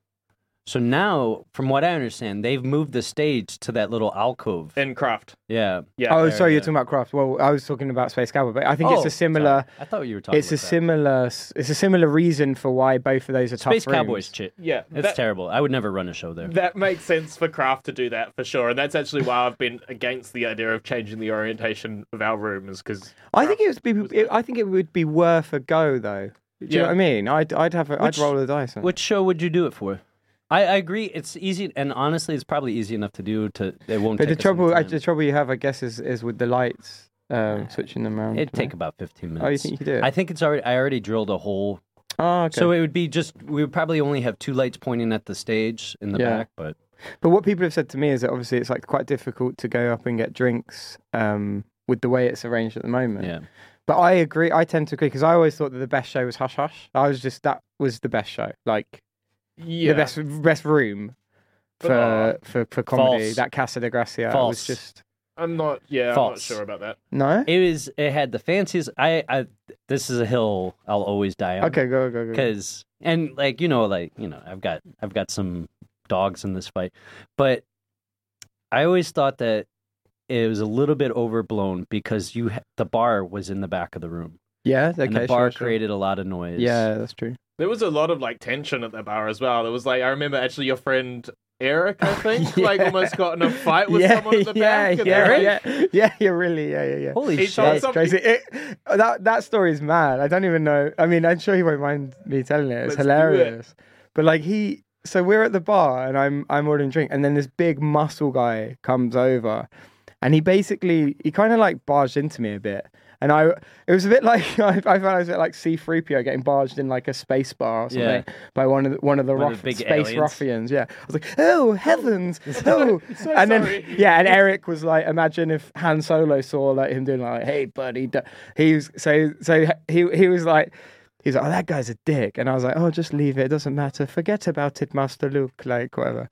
[SPEAKER 1] So now, from what I understand, they've moved the stage to that little alcove.
[SPEAKER 2] in craft.
[SPEAKER 1] yeah.
[SPEAKER 2] Yeah.
[SPEAKER 3] Oh,
[SPEAKER 1] there,
[SPEAKER 3] sorry,
[SPEAKER 1] yeah.
[SPEAKER 3] you're talking about craft. Well, I was talking about Space Cowboy, but I think it's
[SPEAKER 1] Oh,
[SPEAKER 3] a similar.
[SPEAKER 1] sorry. I thought you were talking.
[SPEAKER 3] it's a
[SPEAKER 1] about that.
[SPEAKER 3] similar it's a similar reason for why both of those are
[SPEAKER 1] Space
[SPEAKER 3] tough rooms.
[SPEAKER 1] Cowboys shit.
[SPEAKER 2] yeah.
[SPEAKER 1] It's
[SPEAKER 2] that-
[SPEAKER 1] terrible. I would never run a show there.
[SPEAKER 2] That makes sense for Kraft to do that for sure, and that's actually why I've been against the idea of changing the orientation of our room is because
[SPEAKER 3] I think it would be it, I think it would be worth a go though. Do you
[SPEAKER 2] Yeah.
[SPEAKER 3] know what I mean? I'd I'd have a,
[SPEAKER 1] Which-
[SPEAKER 3] I'd roll the dice. On. it.
[SPEAKER 1] Which show would you do it for? I, I agree. It's easy, and honestly, it's probably easy enough to do. To it won't. take
[SPEAKER 3] but the
[SPEAKER 1] us any
[SPEAKER 3] trouble I,
[SPEAKER 1] time.
[SPEAKER 3] the trouble you have I guess is is with the lights um, switching them around.
[SPEAKER 1] it'd take about fifteen minutes.
[SPEAKER 3] Oh, you think you do? it?
[SPEAKER 1] I think it's already. I already drilled a hole,
[SPEAKER 3] oh, okay.
[SPEAKER 1] so it would be just. We would probably only have two lights pointing at the stage in the
[SPEAKER 3] Yeah.
[SPEAKER 1] back, but
[SPEAKER 3] But what people have said to me is that obviously it's like quite difficult to go up and get drinks um, with the way it's arranged at the moment.
[SPEAKER 1] yeah,
[SPEAKER 3] But I agree. I tend to agree because I always thought that the best show was Hush Hush. I was just that was the best show. Like
[SPEAKER 2] yeah,
[SPEAKER 3] the best best room
[SPEAKER 2] But-
[SPEAKER 3] for for, for comedy.
[SPEAKER 1] uh, False.
[SPEAKER 3] That Casa de Gracia was
[SPEAKER 1] False.
[SPEAKER 3] just
[SPEAKER 2] I'm not. Yeah, I'm not
[SPEAKER 1] False.
[SPEAKER 2] sure about that.
[SPEAKER 3] no.
[SPEAKER 1] it was. It had the fanciest. I. I. This is a hill I'll always die on.
[SPEAKER 3] Okay, go go go. go.
[SPEAKER 1] because and like you know like you know i've got i've got some dogs in this fight but i always thought that it was a little bit overblown because you ha- the bar was in the back of the room
[SPEAKER 3] Yeah, okay.
[SPEAKER 1] and the
[SPEAKER 3] sure,
[SPEAKER 1] bar
[SPEAKER 3] sure.
[SPEAKER 1] created a lot of noise
[SPEAKER 3] Yeah, that's true.
[SPEAKER 2] There was a lot of like tension at the bar as well. It was like I remember actually your friend Eric, I think,
[SPEAKER 3] [LAUGHS] Yeah.
[SPEAKER 2] like almost got in a fight with
[SPEAKER 3] [LAUGHS] yeah,
[SPEAKER 2] someone at the
[SPEAKER 3] yeah,
[SPEAKER 2] back. and
[SPEAKER 3] yeah,
[SPEAKER 2] Eric-
[SPEAKER 3] yeah, [LAUGHS] yeah, yeah, really, yeah, yeah, yeah.
[SPEAKER 1] holy
[SPEAKER 2] He
[SPEAKER 1] shit
[SPEAKER 2] told
[SPEAKER 3] That's
[SPEAKER 2] some-
[SPEAKER 3] crazy. It, that that story is mad. I don't even know. I mean, I'm sure he won't mind me telling it. It's
[SPEAKER 2] Let's do it.
[SPEAKER 3] hilarious. But like he, so we're at the bar and I'm I'm ordering drink, and then this big muscle guy comes over, and he basically he kind of like barged into me a bit, and I it was a bit [LAUGHS] like I, I found I was a bit like C-3PO getting barged in like a space bar or something by one of the, one of the,
[SPEAKER 1] One of
[SPEAKER 3] ruff-
[SPEAKER 1] the big
[SPEAKER 3] space
[SPEAKER 1] aliens.
[SPEAKER 3] ruffians. Yeah, I was like, oh heavens, oh,
[SPEAKER 2] So
[SPEAKER 3] and
[SPEAKER 2] sorry.
[SPEAKER 3] then yeah, and Eric was like, imagine if Han Solo saw like him doing like, hey buddy, d-. he was so so he he was like. He was like, oh, that guy's a dick. And I was like, oh, just leave it. It doesn't matter. Forget about it, Master Luke, like whatever.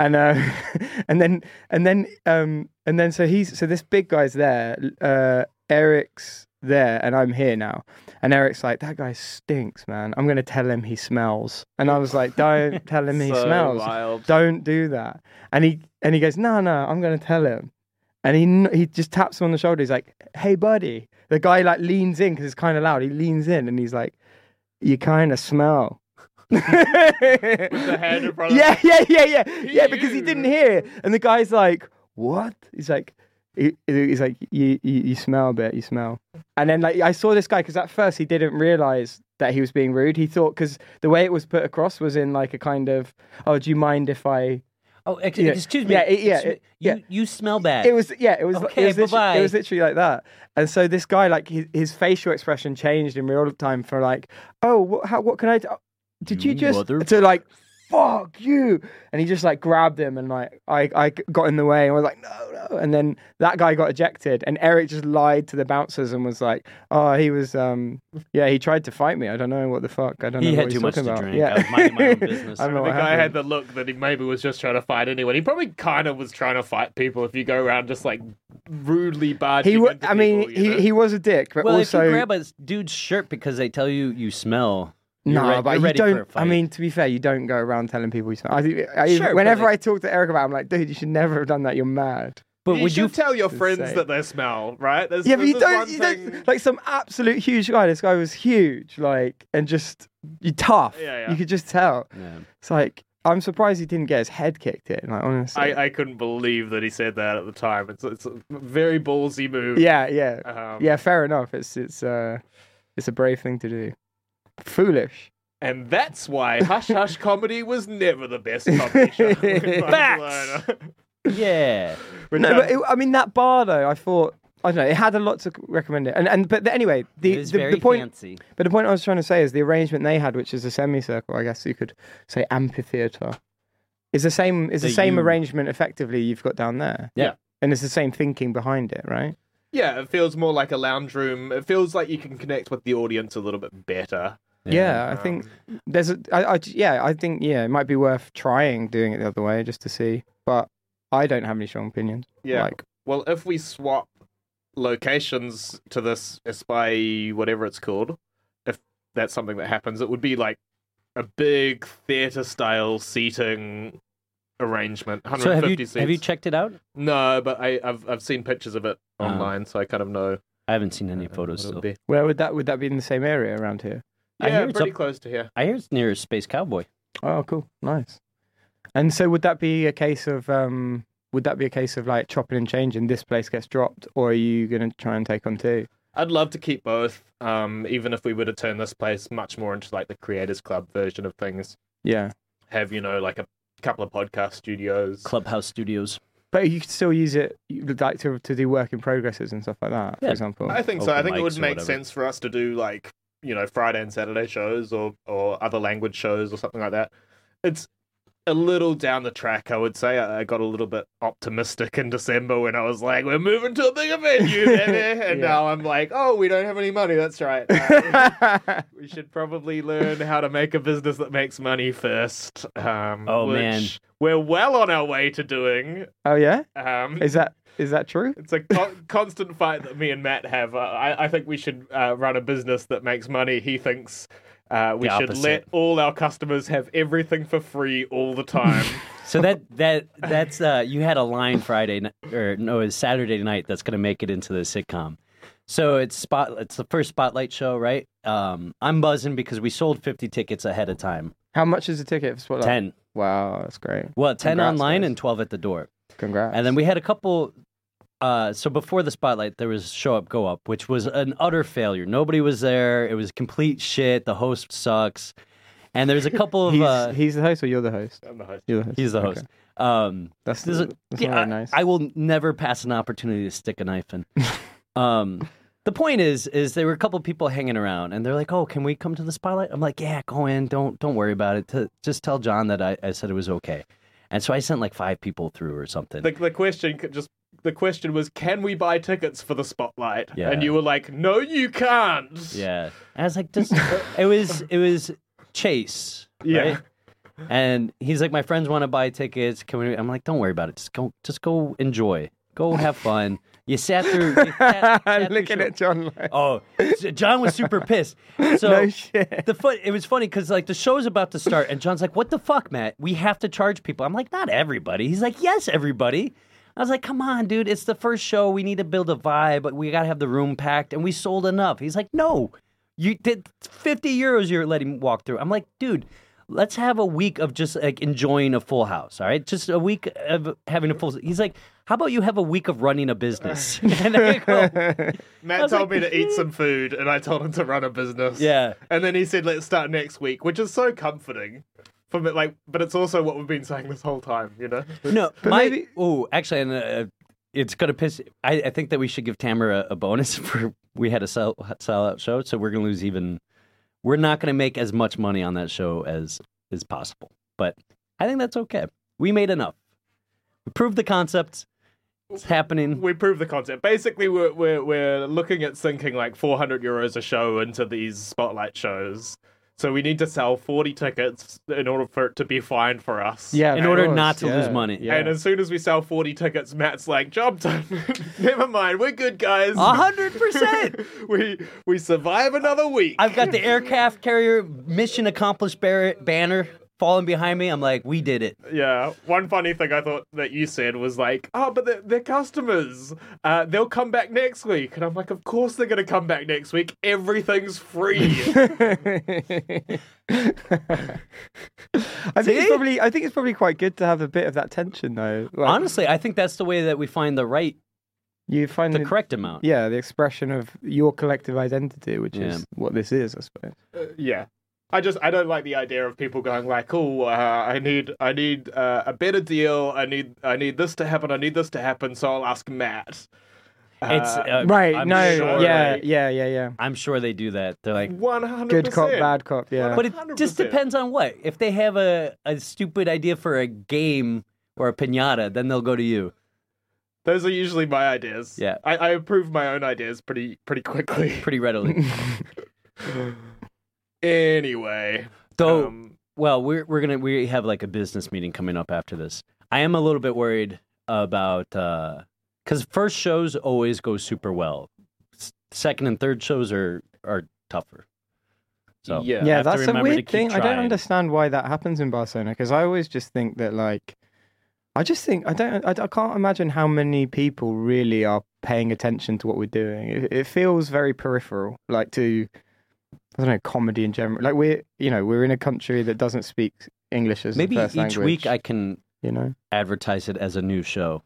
[SPEAKER 3] and uh, [LAUGHS] and then and then um and then so he's so this big guy's there. Uh, Eric's there, and I'm here now. And Eric's like, that guy stinks, man. I'm gonna tell him he smells. And I was
[SPEAKER 2] [LAUGHS]
[SPEAKER 3] like, don't tell him he
[SPEAKER 2] So
[SPEAKER 3] smells
[SPEAKER 2] wild.
[SPEAKER 3] don't do that. And he and he goes, no, no, I'm going to tell him. And he kn- he just taps him on the shoulder. He's like, hey, buddy. The guy like leans in because it's kind of loud. He leans in and he's like, you kind of smell.
[SPEAKER 2] [LAUGHS] The hand in front of
[SPEAKER 3] yeah, yeah, yeah, yeah, yeah. Because he
[SPEAKER 2] Ew.
[SPEAKER 3] didn't hear. And the guy's like, what? He's like. he, he's like, you, you, you smell a bit, you smell. And then like I saw this guy because at first he didn't realize that he was being rude. He thought because the way it was put across was in like a kind of, oh, do you mind if I?
[SPEAKER 1] Oh, ex-
[SPEAKER 3] Yeah.
[SPEAKER 1] excuse me.
[SPEAKER 3] Yeah, it- yeah,
[SPEAKER 1] Excuse me.
[SPEAKER 3] it- yeah.
[SPEAKER 1] You, you smell bad.
[SPEAKER 3] It was yeah, it was
[SPEAKER 1] Okay,
[SPEAKER 3] it, was literally,
[SPEAKER 1] bye-bye.
[SPEAKER 3] it was literally like that. And so this guy like his, his facial expression changed in real time for like, oh, what how, what can I? Do? Did you,
[SPEAKER 1] You
[SPEAKER 3] just
[SPEAKER 1] mother-
[SPEAKER 3] to like. Fuck you! And he just like grabbed him, and like I, I got in the way, and was like, no, no. And then that guy got ejected, and Eric just lied to the bouncers and was like, oh, he was, um, yeah, he tried to fight me. I don't know what the fuck. I don't.
[SPEAKER 1] He
[SPEAKER 3] know
[SPEAKER 1] had
[SPEAKER 3] what
[SPEAKER 1] too
[SPEAKER 3] he's
[SPEAKER 1] much
[SPEAKER 3] talking
[SPEAKER 1] to
[SPEAKER 3] about.
[SPEAKER 1] drink.
[SPEAKER 3] Yeah.
[SPEAKER 1] I was minding
[SPEAKER 3] [LAUGHS]
[SPEAKER 1] my own business.
[SPEAKER 3] I don't know
[SPEAKER 2] The
[SPEAKER 3] what
[SPEAKER 2] guy
[SPEAKER 3] happened.
[SPEAKER 2] had the look that he maybe was just trying to fight anyone. He probably kind of was trying to fight people. If you go around just like rudely barging,
[SPEAKER 3] He, wa-
[SPEAKER 2] into
[SPEAKER 3] I mean,
[SPEAKER 2] people, you know?
[SPEAKER 3] he, he was a dick, but
[SPEAKER 1] well,
[SPEAKER 3] also
[SPEAKER 1] if you grab a s- dude's shirt because they tell you you smell, you're
[SPEAKER 3] No,
[SPEAKER 1] re-
[SPEAKER 3] but
[SPEAKER 1] you're
[SPEAKER 3] you
[SPEAKER 1] ready for
[SPEAKER 3] don't.
[SPEAKER 1] a
[SPEAKER 3] I
[SPEAKER 1] fight.
[SPEAKER 3] mean, to be fair, you don't go around telling people you smell. I, think- I,
[SPEAKER 1] Sure, but
[SPEAKER 3] whenever
[SPEAKER 1] like-
[SPEAKER 3] I talk to Eric about, it, I'm like, dude, you should never have done that. You're mad.
[SPEAKER 1] but
[SPEAKER 2] you
[SPEAKER 1] would
[SPEAKER 2] should
[SPEAKER 1] you?
[SPEAKER 2] tell your friends
[SPEAKER 3] insane.
[SPEAKER 2] that they smell, right? There's,
[SPEAKER 3] Yeah, but
[SPEAKER 2] there's
[SPEAKER 3] you
[SPEAKER 2] this one
[SPEAKER 3] don't. You
[SPEAKER 2] thing-
[SPEAKER 3] [LAUGHS] don't. Like some absolute huge guy. This guy was huge, like, and just you tough.
[SPEAKER 2] Yeah, yeah.
[SPEAKER 3] You could just tell.
[SPEAKER 1] Yeah.
[SPEAKER 3] It's like I'm surprised he didn't get his head kicked in. Like honestly.
[SPEAKER 2] I, I couldn't believe that he said that at the time. It's, it's a very ballsy move.
[SPEAKER 3] yeah, yeah,
[SPEAKER 2] Um,
[SPEAKER 3] yeah. Fair enough. It's it's uh, it's a brave thing to do. Foolish.
[SPEAKER 2] And that's why Hush Hush Comedy was never the best comedy
[SPEAKER 3] [LAUGHS]
[SPEAKER 2] show. in
[SPEAKER 1] Facts!
[SPEAKER 2] [LAUGHS] Barcelona.
[SPEAKER 1] Yeah.
[SPEAKER 2] Which
[SPEAKER 3] No,
[SPEAKER 2] I'm-
[SPEAKER 3] but it, I mean that bar though. I thought I don't know. It had a lot to recommend it, and and but anyway, [LAUGHS] the
[SPEAKER 1] it is
[SPEAKER 3] the,
[SPEAKER 1] very
[SPEAKER 3] the point.
[SPEAKER 1] fancy.
[SPEAKER 3] But the point I was trying to say is the arrangement they had, which is a semicircle, I guess you could say amphitheater, is the same. Is the,
[SPEAKER 1] The
[SPEAKER 3] same
[SPEAKER 1] U.
[SPEAKER 3] arrangement effectively you've got down there.
[SPEAKER 1] Yeah.
[SPEAKER 3] and it's the same thinking behind it, right?
[SPEAKER 2] Yeah, it feels more like a lounge room. It feels like you can connect with the audience a little bit better.
[SPEAKER 3] Yeah, I think there's a. I, I j- yeah, I think yeah, it might be worth trying doing it the other way just to see. But I don't have any strong opinions.
[SPEAKER 2] Yeah.
[SPEAKER 3] like
[SPEAKER 2] Well, if we swap locations to this Espy, whatever it's called, if that's something that happens, it would be like a big theater style seating arrangement.
[SPEAKER 1] So
[SPEAKER 2] 150
[SPEAKER 1] have you
[SPEAKER 2] seats.
[SPEAKER 1] have you checked it out?
[SPEAKER 2] No, but I, I've I've seen pictures of it
[SPEAKER 1] Oh.
[SPEAKER 2] online, so I kind of know uh,
[SPEAKER 1] I haven't seen any
[SPEAKER 2] what
[SPEAKER 1] photos.
[SPEAKER 2] it'll
[SPEAKER 1] Still.
[SPEAKER 2] be.
[SPEAKER 3] where would that would that be in the same area around here?
[SPEAKER 1] I
[SPEAKER 2] Yeah,
[SPEAKER 1] hear it's
[SPEAKER 2] pretty
[SPEAKER 1] up-
[SPEAKER 2] close to here.
[SPEAKER 1] I hear it's near Space Cowboy.
[SPEAKER 3] Oh, cool, nice. And so, would that be a case of um, would that be a case of like chopping and changing? This place gets dropped, or are you going to try and take on two?
[SPEAKER 2] I'd love to keep both, um, even if we were to turn this place much more into like the creators club version of things.
[SPEAKER 3] Yeah,
[SPEAKER 2] Have you know like a couple of podcast studios?
[SPEAKER 1] Clubhouse Studios.
[SPEAKER 3] but you could still use it you would like to to do work in progresses and stuff like that. For
[SPEAKER 1] Yeah.
[SPEAKER 3] example, [LAUGHS]
[SPEAKER 2] I think so. I
[SPEAKER 1] Open
[SPEAKER 2] think it
[SPEAKER 1] mics
[SPEAKER 2] would
[SPEAKER 1] or
[SPEAKER 2] make
[SPEAKER 1] whatever.
[SPEAKER 2] sense for us to do like you know Friday and Saturday shows or or other language shows or something like that. It's a little down the track, I would say. I I got a little bit optimistic in December when I was like, "We're moving to a bigger
[SPEAKER 1] [LAUGHS]
[SPEAKER 2] venue," baby," and
[SPEAKER 3] Yeah.
[SPEAKER 2] now I'm like, "Oh, we don't have any money. That's right. Uh, we should probably learn how to make a business that makes money first." Um,
[SPEAKER 1] Oh,
[SPEAKER 2] which
[SPEAKER 1] man.
[SPEAKER 2] we're well on our way to doing.
[SPEAKER 3] oh yeah,
[SPEAKER 2] Um,
[SPEAKER 3] is that is that true?
[SPEAKER 2] it's a con- constant fight that me and Matt have. Uh, I, I think we should uh, run a business that makes money. He thinks uh, we
[SPEAKER 1] The
[SPEAKER 2] should
[SPEAKER 1] opposite.
[SPEAKER 2] let all our customers have everything for free all
[SPEAKER 1] [LAUGHS]
[SPEAKER 2] the time.
[SPEAKER 1] So that that that's uh, you had a line Friday night, or no, it's Saturday night that's going to make it into the sitcom. So it's spot. It's the first spotlight show, right? Um, I'm buzzing because we sold 50 tickets ahead of time.
[SPEAKER 3] How much is the ticket for Spotlight?
[SPEAKER 1] Ten.
[SPEAKER 3] Wow, that's great.
[SPEAKER 1] Well, ten
[SPEAKER 3] Congrats,
[SPEAKER 1] online
[SPEAKER 3] guys.
[SPEAKER 1] and 12 at the door.
[SPEAKER 3] Congrats.
[SPEAKER 1] And then we had a couple. Uh, so before the spotlight, there was show up, go up, which was an utter failure. Nobody was there. It was complete shit. The host sucks. And there's a couple of
[SPEAKER 3] he's,
[SPEAKER 1] uh,
[SPEAKER 3] he's the host, or you're the host.
[SPEAKER 2] I'm the host.
[SPEAKER 3] You're the host.
[SPEAKER 1] he's the
[SPEAKER 3] Okay.
[SPEAKER 1] host. Um,
[SPEAKER 3] That's,
[SPEAKER 1] This is-
[SPEAKER 3] that's
[SPEAKER 1] yeah,
[SPEAKER 3] not
[SPEAKER 1] I-
[SPEAKER 3] very nice.
[SPEAKER 1] I, will never pass an opportunity to stick a knife
[SPEAKER 3] [LAUGHS]
[SPEAKER 1] in. um, the point is, is there were a couple people hanging around, and they're like, "Oh, can we come to the spotlight?" I'm like, "Yeah, go in. Don't don't worry about it. T- just tell John that I, I said it was okay." And so I sent like five people through or something.
[SPEAKER 2] The, the question could just the question was, can we buy tickets for the spotlight?
[SPEAKER 1] Yeah.
[SPEAKER 2] And you were like, no, you can't.
[SPEAKER 1] yeah, and I was like,
[SPEAKER 3] [LAUGHS]
[SPEAKER 1] just, "It was it was Chase,
[SPEAKER 2] Yeah.
[SPEAKER 1] right?" And he's like, "My friends want to buy tickets. Can we?" I'm like, "Don't worry about it. Just go, just go enjoy. Go have fun." You sat through. You
[SPEAKER 3] [LAUGHS]
[SPEAKER 1] sat- sat through
[SPEAKER 3] looking
[SPEAKER 1] show-
[SPEAKER 3] at John. Like,
[SPEAKER 1] Oh, so John was super pissed. So
[SPEAKER 3] No shit.
[SPEAKER 1] The foot. It was funny because like the show's about to start, and John's like, "What the fuck, Matt? We have to charge people." I'm like, "Not everybody." He's like, "Yes, everybody." I was like, "Come on, dude. It's the first show. We need to build a vibe. We gotta have the room packed, and we sold enough." He's like, "No, you did 50 euros. You're letting walk through." I'm like, "Dude." Let's have a week of just like enjoying a full house, all right? Just a week of having a full. He's like, How about you have a week of running a business? [LAUGHS] and I go,
[SPEAKER 2] Matt
[SPEAKER 1] was like,
[SPEAKER 2] told
[SPEAKER 1] "Hmm."
[SPEAKER 2] me to eat some food, and I told him to run a business.
[SPEAKER 1] Yeah.
[SPEAKER 2] And then he said, "Let's start next week," which is so comforting. From it, like, but it's also what we've been saying this whole time, you know.
[SPEAKER 1] No, my
[SPEAKER 3] maybe-
[SPEAKER 1] oh, actually, and uh, it's gonna piss. I, I think that we should give Tamara a, bonus [LAUGHS] for we had a sell sellout show, so we're gonna lose even. We're not gonna make as much money on that show as is possible, but I think that's okay. We made enough. We proved the concept. It's happening.
[SPEAKER 2] We prove the concept. Basically, we're we're, we're looking at sinking like 400 euros a show into these spotlight shows. So we need to sell 40 tickets in order for it to be fine for us.
[SPEAKER 3] yeah,
[SPEAKER 1] In
[SPEAKER 3] of
[SPEAKER 1] order
[SPEAKER 3] course,
[SPEAKER 1] not to
[SPEAKER 3] yeah,
[SPEAKER 1] lose money.
[SPEAKER 3] Yeah.
[SPEAKER 2] And as soon as we sell 40 tickets, Matt's like, job done. [LAUGHS] Never mind, we're good, guys.
[SPEAKER 1] A hundred
[SPEAKER 2] [LAUGHS]
[SPEAKER 1] percent.
[SPEAKER 2] we we survive another week.
[SPEAKER 1] [LAUGHS] I've got the aircraft carrier mission accomplished bar- banner falling behind me. I'm like, we did it.
[SPEAKER 2] Yeah. One funny thing I thought that you said was like, oh, but they're, they're customers. Uh, they'll come back next week. And I'm like, of course they're going to come back next week. Everything's free.
[SPEAKER 1] [LAUGHS]
[SPEAKER 3] I think
[SPEAKER 1] See?
[SPEAKER 3] it's probably I think it's probably quite good to have a bit of that tension though. Like,
[SPEAKER 1] Honestly, I think that's the way that we find the right,
[SPEAKER 3] you find
[SPEAKER 1] the
[SPEAKER 3] it-
[SPEAKER 1] correct amount.
[SPEAKER 3] yeah, the expression of your collective identity, which
[SPEAKER 1] Yeah.
[SPEAKER 3] is what this is, I suppose.
[SPEAKER 2] yeah. I just I don't like the idea of people going like, oh, uh, I need I need uh, a better deal. I need I need this to happen. I need this to happen. So I'll ask Matt.
[SPEAKER 1] It's
[SPEAKER 2] Uh,
[SPEAKER 1] uh,
[SPEAKER 3] Right?
[SPEAKER 1] I'm
[SPEAKER 3] no.
[SPEAKER 1] sure
[SPEAKER 3] yeah.
[SPEAKER 1] they- Mm-hmm.
[SPEAKER 3] Yeah. Yeah. Yeah.
[SPEAKER 1] I'm sure they do that. They're like,
[SPEAKER 2] One hundred
[SPEAKER 3] Good cop, bad cop. Yeah.
[SPEAKER 1] but it just
[SPEAKER 2] 100%.
[SPEAKER 1] depends on what. If they have a, a stupid idea for a game or a pinata, then they'll go to you.
[SPEAKER 2] Those are usually my ideas.
[SPEAKER 1] Yeah.
[SPEAKER 2] I, I approve my own ideas pretty pretty quickly.
[SPEAKER 1] [LAUGHS] Pretty
[SPEAKER 3] [LAUGHS]
[SPEAKER 1] readily.
[SPEAKER 2] anyway,
[SPEAKER 1] Though,
[SPEAKER 2] um,
[SPEAKER 1] well, we're we're gonna we have like a business meeting coming up after this. I am a little bit worried about because first shows always go super well. S- second and third shows are are tougher. So
[SPEAKER 2] yeah,
[SPEAKER 1] I
[SPEAKER 3] yeah,
[SPEAKER 1] have to
[SPEAKER 3] that's a
[SPEAKER 1] remember to
[SPEAKER 3] weird
[SPEAKER 1] keep
[SPEAKER 3] thing. I
[SPEAKER 1] trying.
[SPEAKER 3] don't understand why that happens in Barcelona because I always just think that like, I just think I don't. I, I can't imagine how many people really are paying attention to what we're doing. It, it feels very peripheral, like to I don't know comedy in general. Like we're you know we're in a country that doesn't speak English as the
[SPEAKER 1] maybe
[SPEAKER 3] first
[SPEAKER 1] each week
[SPEAKER 3] language,
[SPEAKER 1] I can
[SPEAKER 3] you know
[SPEAKER 1] advertise it as a new show.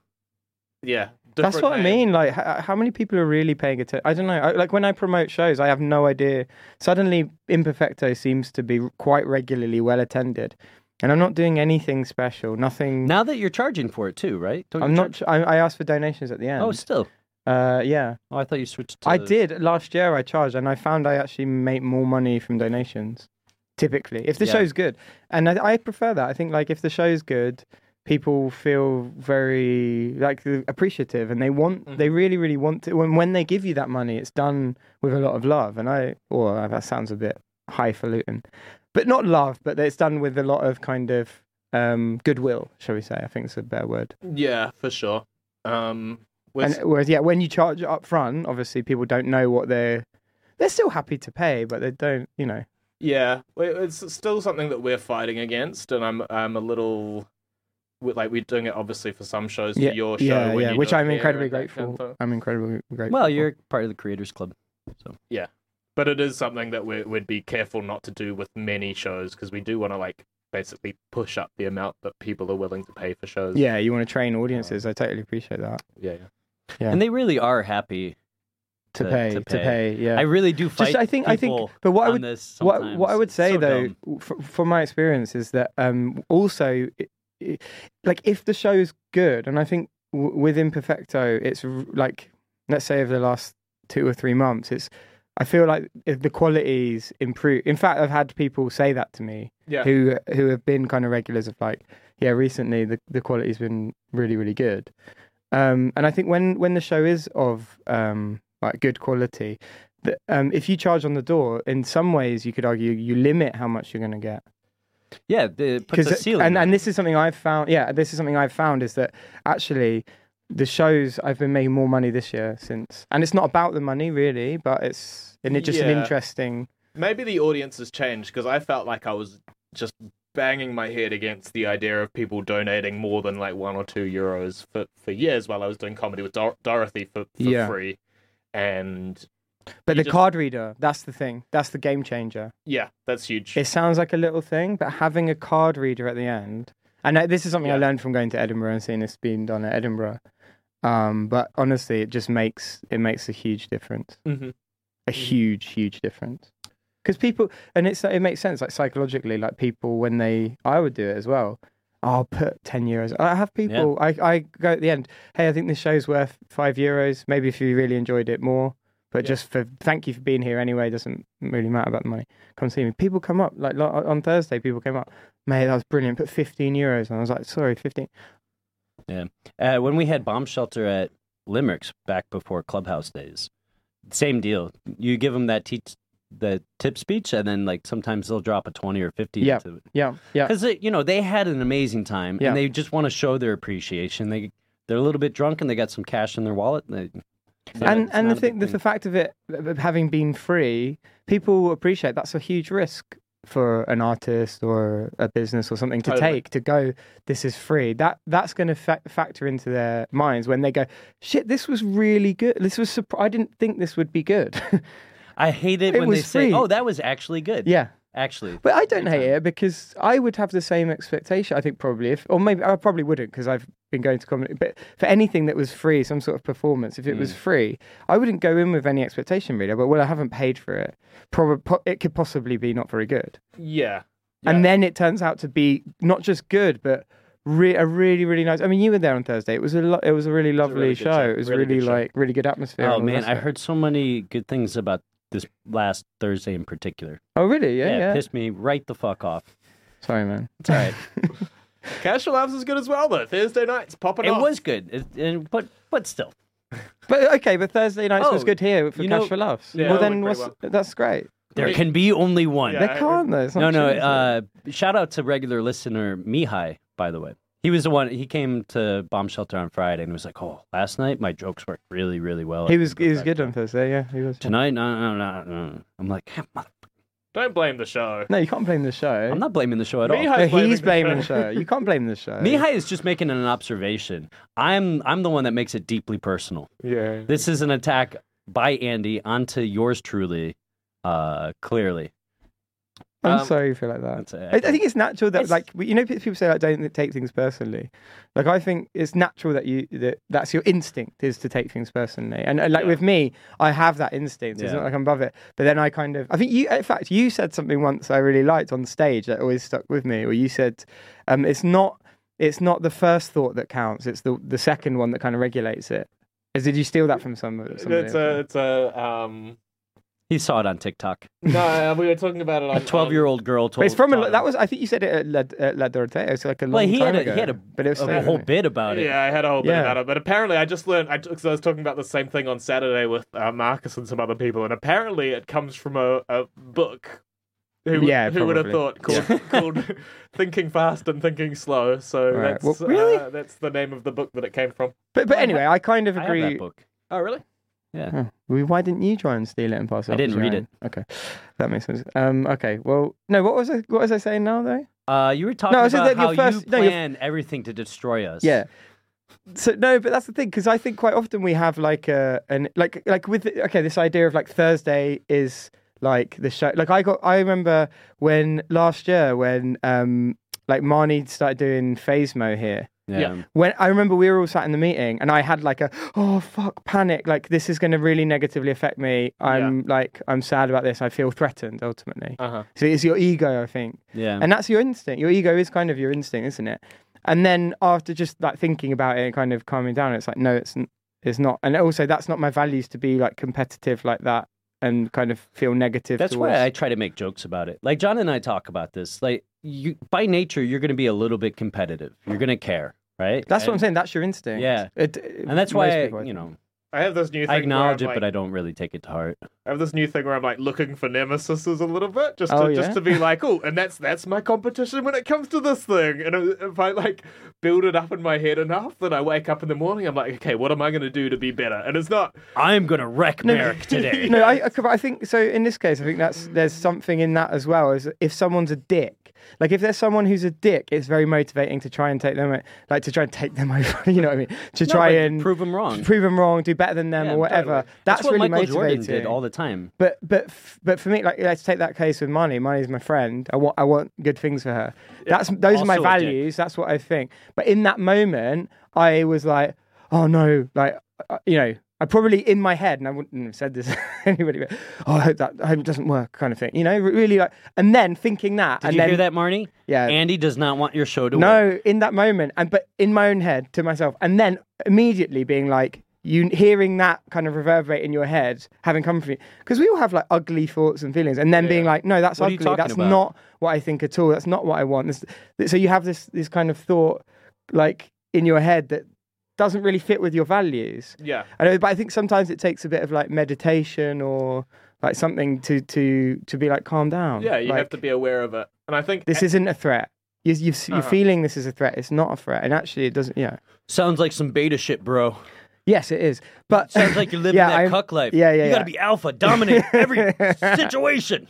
[SPEAKER 2] yeah.
[SPEAKER 3] that's
[SPEAKER 2] different
[SPEAKER 3] what I
[SPEAKER 2] name.
[SPEAKER 3] mean. Like how, how many people are really paying attention? I don't know. I, like when I promote shows, I have no idea. Suddenly, Imperfecto seems to be quite regularly well attended. And I'm not doing anything special. Nothing.
[SPEAKER 1] Now that you're charging for it too, right? Don't you
[SPEAKER 3] I'm not.
[SPEAKER 1] charge-
[SPEAKER 3] ch- I, I asked for donations at the end.
[SPEAKER 1] Oh, still.
[SPEAKER 3] uh, yeah.
[SPEAKER 1] Oh, I thought you switched. To
[SPEAKER 3] I did last year. I charged, and I found I actually make more money from donations. Typically, if the
[SPEAKER 1] Yeah.
[SPEAKER 3] show's good, and I, I prefer that. I think like if the show's good, people feel very like appreciative, and they want,
[SPEAKER 1] Mm-hmm.
[SPEAKER 3] they really, really want to. When when they give you that money, it's done with a lot of love. And I, or that sounds a bit highfalutin, but not love, but it's done with a lot of kind of um goodwill, shall we say? I think it's a better word.
[SPEAKER 2] Yeah, for sure. Um,
[SPEAKER 3] And
[SPEAKER 2] with,
[SPEAKER 3] whereas, yeah, when you charge up front, obviously people don't know what they're. They're still happy to pay, but they don't, you know.
[SPEAKER 2] yeah, we- it's still something that we're fighting against, and I'm I'm a little we- like we're doing it obviously for some shows,
[SPEAKER 3] Yeah,
[SPEAKER 2] for your show,
[SPEAKER 3] yeah,
[SPEAKER 2] when
[SPEAKER 3] yeah.
[SPEAKER 2] you
[SPEAKER 3] Which
[SPEAKER 2] do it
[SPEAKER 3] I'm
[SPEAKER 2] here
[SPEAKER 3] incredibly
[SPEAKER 2] and that kind
[SPEAKER 3] grateful.
[SPEAKER 2] of thing.
[SPEAKER 3] I'm incredibly grateful.
[SPEAKER 1] Well,
[SPEAKER 3] for.
[SPEAKER 1] you're part of the creators club.
[SPEAKER 2] But it is something that we would be careful not to do with many shows because we do want to like basically push up the amount that people are willing to pay for shows.
[SPEAKER 3] Yeah, you want to train audiences. I totally appreciate that.
[SPEAKER 2] yeah. yeah.
[SPEAKER 3] Yeah.
[SPEAKER 1] And they really are happy.
[SPEAKER 3] To,
[SPEAKER 1] To-
[SPEAKER 3] pay,
[SPEAKER 1] to
[SPEAKER 3] to
[SPEAKER 1] pay.
[SPEAKER 3] pay, yeah.
[SPEAKER 1] I really do fight.
[SPEAKER 3] I think- I think-
[SPEAKER 1] people
[SPEAKER 3] but what I
[SPEAKER 1] on
[SPEAKER 3] would-
[SPEAKER 1] this
[SPEAKER 3] what
[SPEAKER 1] sometimes.
[SPEAKER 3] what I would
[SPEAKER 1] It's
[SPEAKER 3] say
[SPEAKER 1] so
[SPEAKER 3] though,
[SPEAKER 1] dumb.
[SPEAKER 3] f- from my experience, is that um, also, i- i- like if the show's good, and I think w- with Imperfecto, it's r- like let's say over the last two or three months, it's I feel like if the quality's improved. In fact, I've had people say that to me
[SPEAKER 2] Yeah.
[SPEAKER 3] who who have been kind of regulars of like, yeah, recently the the quality's been really really good. Um, and I think when when the show is of um, like good quality, the, um, if you charge on the door, in some ways you could argue you limit how much you're going to get. uh,
[SPEAKER 1] yeah, the, it puts a ceiling.
[SPEAKER 3] and
[SPEAKER 1] on
[SPEAKER 3] and
[SPEAKER 1] it.
[SPEAKER 3] this is something I've found. Yeah, this is something I've found is that actually the shows I've been making more money this year since, and it's not about the money really, but it's and it's just an
[SPEAKER 2] Yeah.
[SPEAKER 3] interesting.
[SPEAKER 2] Maybe the audience has changed because I felt like I was just banging my head against the idea of people donating more than like one or two euros for, for years while I was doing comedy with Dor- Dorothy for, for
[SPEAKER 3] Yeah.
[SPEAKER 2] free. And
[SPEAKER 3] But
[SPEAKER 2] You
[SPEAKER 3] the
[SPEAKER 2] just-
[SPEAKER 3] card reader, that's the thing. That's the game changer.
[SPEAKER 2] yeah, that's huge.
[SPEAKER 3] It sounds like a little thing, but having a card reader at the end, and I- this is something I
[SPEAKER 2] Yeah.
[SPEAKER 3] learned from going to Edinburgh and seeing this being done at Edinburgh, Um, but honestly, it just makes it makes a huge difference,
[SPEAKER 2] Mhm.
[SPEAKER 3] a huge, huge difference. Because people, and it's it makes sense, like psychologically, like people when they, I would do it as well. I'll put ten euros. I have people. I, I go at the end. Hey, I think this show's worth five euros. Maybe if you really enjoyed it more, but
[SPEAKER 2] Yeah.
[SPEAKER 3] just for thank you for being here anyway. Doesn't really matter about the money. Come see me. People come up like lo- on Thursday. People came up. Mate, that was brilliant. Put fifteen euros, and I was like, sorry, fifteen.
[SPEAKER 1] Uh, when we had bomb shelter at Limericks back before Clubhouse days, same deal. You give them that teach the tip speech, and then like sometimes they'll drop a twenty or fifty.
[SPEAKER 3] Yeah.
[SPEAKER 1] into it.
[SPEAKER 3] Yeah, yeah.
[SPEAKER 1] because you know they had an amazing time
[SPEAKER 3] Yeah.
[SPEAKER 1] and they just want to show their appreciation. They they're a little bit drunk and they got some cash in their wallet. And, they,
[SPEAKER 3] and
[SPEAKER 1] it's
[SPEAKER 3] and
[SPEAKER 1] not
[SPEAKER 3] the
[SPEAKER 1] a
[SPEAKER 3] thing,
[SPEAKER 1] big
[SPEAKER 3] the fact of it of having been free, people appreciate that's a huge risk for an artist or a business or something to
[SPEAKER 2] Totally.
[SPEAKER 3] take to go. This is free. That that's going to fa- factor into their minds when they go, shit, this was really good. This was surpri- I didn't think this would be good. [LAUGHS]
[SPEAKER 1] I hate it,
[SPEAKER 3] It
[SPEAKER 1] when they
[SPEAKER 3] was
[SPEAKER 1] say,
[SPEAKER 3] free.
[SPEAKER 1] "Oh, that was actually good."
[SPEAKER 3] yeah.
[SPEAKER 1] actually.
[SPEAKER 3] But I don't
[SPEAKER 1] Anytime.
[SPEAKER 3] hate it because I would have the same expectation. I think probably if, or maybe I probably wouldn't because I've been going to comedy. But for anything that was free, some sort of performance, if it was free, I wouldn't go in with any expectation really. But well, I haven't paid for it. Probably po- it could possibly be not very good.
[SPEAKER 2] Yeah.
[SPEAKER 3] And then it turns out to be not just good, but re- a really really nice. I mean, you were there on Thursday. It was a lo- it was a really
[SPEAKER 2] a
[SPEAKER 3] lovely
[SPEAKER 2] really good
[SPEAKER 3] show.
[SPEAKER 2] show.
[SPEAKER 3] It was
[SPEAKER 2] Really
[SPEAKER 3] really,
[SPEAKER 2] good show.
[SPEAKER 3] like really good
[SPEAKER 1] Oh
[SPEAKER 3] atmosphere. and all the
[SPEAKER 1] man,
[SPEAKER 3] rest
[SPEAKER 1] I
[SPEAKER 3] of it.
[SPEAKER 1] heard so many good things about this last Thursday in particular.
[SPEAKER 3] Oh really? Yeah,
[SPEAKER 1] it
[SPEAKER 3] yeah.
[SPEAKER 1] pissed me right the fuck off.
[SPEAKER 3] Sorry, man.
[SPEAKER 1] It's
[SPEAKER 3] [LAUGHS]
[SPEAKER 1] all right.
[SPEAKER 2] Cash Labs is good as well though. Thursday nights popping
[SPEAKER 1] it
[SPEAKER 2] off.
[SPEAKER 1] was good, it, and, but but still,
[SPEAKER 3] But okay, but Thursday nights was
[SPEAKER 1] Oh,
[SPEAKER 3] good here for
[SPEAKER 1] you
[SPEAKER 3] Cash
[SPEAKER 1] know-
[SPEAKER 3] for Laughs.
[SPEAKER 2] Yeah,
[SPEAKER 3] well,
[SPEAKER 2] that
[SPEAKER 3] then
[SPEAKER 2] went
[SPEAKER 3] what's,
[SPEAKER 2] pretty
[SPEAKER 3] that's great.
[SPEAKER 1] there
[SPEAKER 2] Wait.
[SPEAKER 1] can be only one.
[SPEAKER 2] Yeah,
[SPEAKER 3] they
[SPEAKER 2] I-
[SPEAKER 3] can't though. It's
[SPEAKER 1] Uh,
[SPEAKER 3] [LAUGHS]
[SPEAKER 1] No,
[SPEAKER 3] not
[SPEAKER 1] no.
[SPEAKER 3] true, is it?
[SPEAKER 1] Uh, shout out to regular listener Mihai, by the way. He was the one. He came to bomb shelter on Friday and was like, "Oh, last night my jokes worked really, really well."
[SPEAKER 3] he was he was good on Thursday. Yeah, he was.
[SPEAKER 1] Tonight, no, no, no, no. I'm like, "Ah, mother-
[SPEAKER 2] Don't blame the show.
[SPEAKER 3] No, you can't blame the show.
[SPEAKER 1] I'm not blaming the show at all.
[SPEAKER 2] Mihai-
[SPEAKER 3] No,
[SPEAKER 1] [LAUGHS]
[SPEAKER 2] He's blaming
[SPEAKER 3] he's
[SPEAKER 2] the
[SPEAKER 3] blaming
[SPEAKER 2] show.
[SPEAKER 3] the show. You can't blame the show.
[SPEAKER 1] Mihai is just making an observation. I'm I'm the one that makes it deeply personal.
[SPEAKER 2] Yeah.
[SPEAKER 1] This is an attack by Andy onto yours truly. Uh, clearly,
[SPEAKER 3] I'm
[SPEAKER 1] um,
[SPEAKER 3] sorry you feel like that.
[SPEAKER 1] that's it.
[SPEAKER 3] I, I think it's natural that
[SPEAKER 1] It's-
[SPEAKER 3] like you know people say like don't take things personally. Like I think it's natural that you that that's your instinct is to take things personally. And uh, like
[SPEAKER 2] Yeah.
[SPEAKER 3] with me, I have that instinct. It's
[SPEAKER 1] Yeah.
[SPEAKER 3] not like I'm above it. But then I kind of I think you in fact you said something once I really liked on stage that always stuck with me. Or you said, um, it's not it's not the first thought that counts. It's the the second one that kind of regulates it. Is did you steal that from some? somebody?
[SPEAKER 2] It's
[SPEAKER 1] uh,
[SPEAKER 2] a it's a um [LAUGHS]
[SPEAKER 1] he saw it on TikTok.
[SPEAKER 2] No, we were talking about it on
[SPEAKER 1] A 12 year old girl told.
[SPEAKER 3] But it's from a,
[SPEAKER 1] taught him.
[SPEAKER 3] that was I think you said it at La, at La Dorotea. It's like a long
[SPEAKER 1] Well, he had
[SPEAKER 3] time
[SPEAKER 1] a,
[SPEAKER 3] ago.
[SPEAKER 1] he had a,
[SPEAKER 3] but it was
[SPEAKER 1] a
[SPEAKER 3] so
[SPEAKER 1] whole
[SPEAKER 3] funny.
[SPEAKER 1] bit about it.
[SPEAKER 2] Yeah, I had a whole bit
[SPEAKER 3] Yeah.
[SPEAKER 2] about it, but apparently I just learned I because I was talking about the same thing on Saturday with uh, Marcus and some other people, and apparently it comes from a, a book. Who, would-
[SPEAKER 3] Yeah,
[SPEAKER 2] who would have thought
[SPEAKER 3] probably.
[SPEAKER 2] called, [LAUGHS] called "Thinking Fast and Thinking Slow"? So
[SPEAKER 3] Right.
[SPEAKER 2] that's
[SPEAKER 3] Well, really?
[SPEAKER 2] uh, that's the name of the book that it came from.
[SPEAKER 3] But but anyway, I kind of
[SPEAKER 1] I have that
[SPEAKER 3] agree.
[SPEAKER 1] book.
[SPEAKER 2] Oh, really?
[SPEAKER 3] Oh, well, why didn't you try and steal it and pass it?
[SPEAKER 1] I
[SPEAKER 3] off
[SPEAKER 1] didn't
[SPEAKER 3] as your
[SPEAKER 1] read
[SPEAKER 3] own? Okay, that makes sense. Um, okay. Well, no. What was I? What was I saying now though?
[SPEAKER 1] Uh, you were talking
[SPEAKER 3] No, I said
[SPEAKER 1] about
[SPEAKER 3] that
[SPEAKER 1] how
[SPEAKER 3] your first-
[SPEAKER 1] you
[SPEAKER 3] no, your-
[SPEAKER 1] plan everything to destroy us.
[SPEAKER 3] Yeah. So no, but that's the thing because I think quite often we have like a an like like with okay this idea of like Thursday is like the show. Like I got I remember when last year when um like Marnie started doing Phasmo here.
[SPEAKER 1] yeah.
[SPEAKER 3] when I remember we were all sat in the meeting and I had like a oh fuck panic like this is going to really negatively affect me I'm like I'm sad about this I feel threatened ultimately
[SPEAKER 2] Uh huh.
[SPEAKER 3] so it's your ego I think
[SPEAKER 1] Yeah.
[SPEAKER 3] and that's your instinct your ego is kind of your instinct isn't it and then after just like thinking about it and kind of calming down it's like no it's n- it's not and also that's not my values to be like competitive like that and kind of feel negative
[SPEAKER 1] That's
[SPEAKER 3] towards...
[SPEAKER 1] why I try to make jokes about it. Like John and I talk about this. Like you, by nature, you're going to be a little bit competitive. You're going to care, right?
[SPEAKER 3] that's what I'm
[SPEAKER 1] And-
[SPEAKER 3] saying that's your instinct
[SPEAKER 1] Yeah.
[SPEAKER 3] It-
[SPEAKER 1] And that's
[SPEAKER 3] most
[SPEAKER 1] why
[SPEAKER 3] people, I
[SPEAKER 1] I, you
[SPEAKER 3] think.
[SPEAKER 1] know
[SPEAKER 2] I have this new. Thing
[SPEAKER 1] I acknowledge it,
[SPEAKER 2] where I'm
[SPEAKER 1] but
[SPEAKER 2] like-
[SPEAKER 1] I don't really take it to heart.
[SPEAKER 2] I have this new thing where I'm like looking for nemesis a little bit, just to,
[SPEAKER 3] Oh,
[SPEAKER 2] just
[SPEAKER 3] yeah?
[SPEAKER 2] to be like, oh, and that's that's my competition when it comes to this thing. And if I like build it up in my head enough, then I wake up in the morning, I'm like, okay, what am I going to do to be better? And it's not.
[SPEAKER 1] I'm going to wreck
[SPEAKER 3] [LAUGHS]
[SPEAKER 1] Merrick [LAUGHS] today.
[SPEAKER 3] No, I, I- but I think so. In this case, I think that's there's
[SPEAKER 1] Mm.
[SPEAKER 3] something in that as well. Is if someone's a dick, like if there's someone who's a dick, it's very motivating to try and take them, o- like to try and take them [LAUGHS] over. You know what I mean? To
[SPEAKER 1] No,
[SPEAKER 3] try
[SPEAKER 1] but
[SPEAKER 3] and
[SPEAKER 1] prove 'em wrong.
[SPEAKER 3] prove them wrong, do better than them
[SPEAKER 1] Yeah,
[SPEAKER 3] or whatever.
[SPEAKER 1] totally.
[SPEAKER 3] That's,
[SPEAKER 1] what
[SPEAKER 3] really
[SPEAKER 1] Michael
[SPEAKER 3] motivating.
[SPEAKER 1] Jordan did all the time.
[SPEAKER 3] But but f- but for me, like let's take that case with Marnie. Marnie's my friend. I want I want good things for her. That's those are my
[SPEAKER 1] also a dick.
[SPEAKER 3] values. That's what I think. But in that moment, I was like, oh no, like uh, you know, I probably in my head, and I wouldn't have said this [LAUGHS] to anybody, but oh, I hope that I hope it doesn't work, kind of thing. You know, re- really like, and then thinking that,
[SPEAKER 1] Did
[SPEAKER 3] and
[SPEAKER 1] you
[SPEAKER 3] then
[SPEAKER 1] hear that, Marnie?
[SPEAKER 3] yeah,
[SPEAKER 1] Andy does not want your show to work.
[SPEAKER 3] no, in that moment, and but in my own head to myself, and then immediately being like, you hearing that kind of reverberate in your head, having come from you, because we all have like ugly thoughts and feelings, and then being like, no, that's
[SPEAKER 1] What are you
[SPEAKER 3] ugly.
[SPEAKER 1] talking
[SPEAKER 3] That's
[SPEAKER 1] about?
[SPEAKER 3] not what I think at all. That's not what I want. This, th- so you have this this kind of thought like in your head that doesn't really fit with your values.
[SPEAKER 2] Yeah.
[SPEAKER 3] I know, but I think sometimes it takes a bit of like meditation or like something to to to be like calm down.
[SPEAKER 2] Yeah, you have
[SPEAKER 3] Like,
[SPEAKER 2] to be aware of it. And I think
[SPEAKER 3] This isn't a threat. You, you, You're
[SPEAKER 2] Eh. Uh-huh.
[SPEAKER 3] feeling this is a threat. It's not a threat, and actually, it doesn't. Yeah.
[SPEAKER 1] Sounds like some beta shit, bro.
[SPEAKER 3] Yes, it is. But
[SPEAKER 1] Sounds like you're living
[SPEAKER 3] [LAUGHS] Yeah,
[SPEAKER 1] that
[SPEAKER 3] I'm-
[SPEAKER 1] cuck life.
[SPEAKER 3] yeah, yeah,
[SPEAKER 1] You gotta
[SPEAKER 3] yeah.
[SPEAKER 1] be alpha, dominate
[SPEAKER 3] [LAUGHS]
[SPEAKER 1] every situation,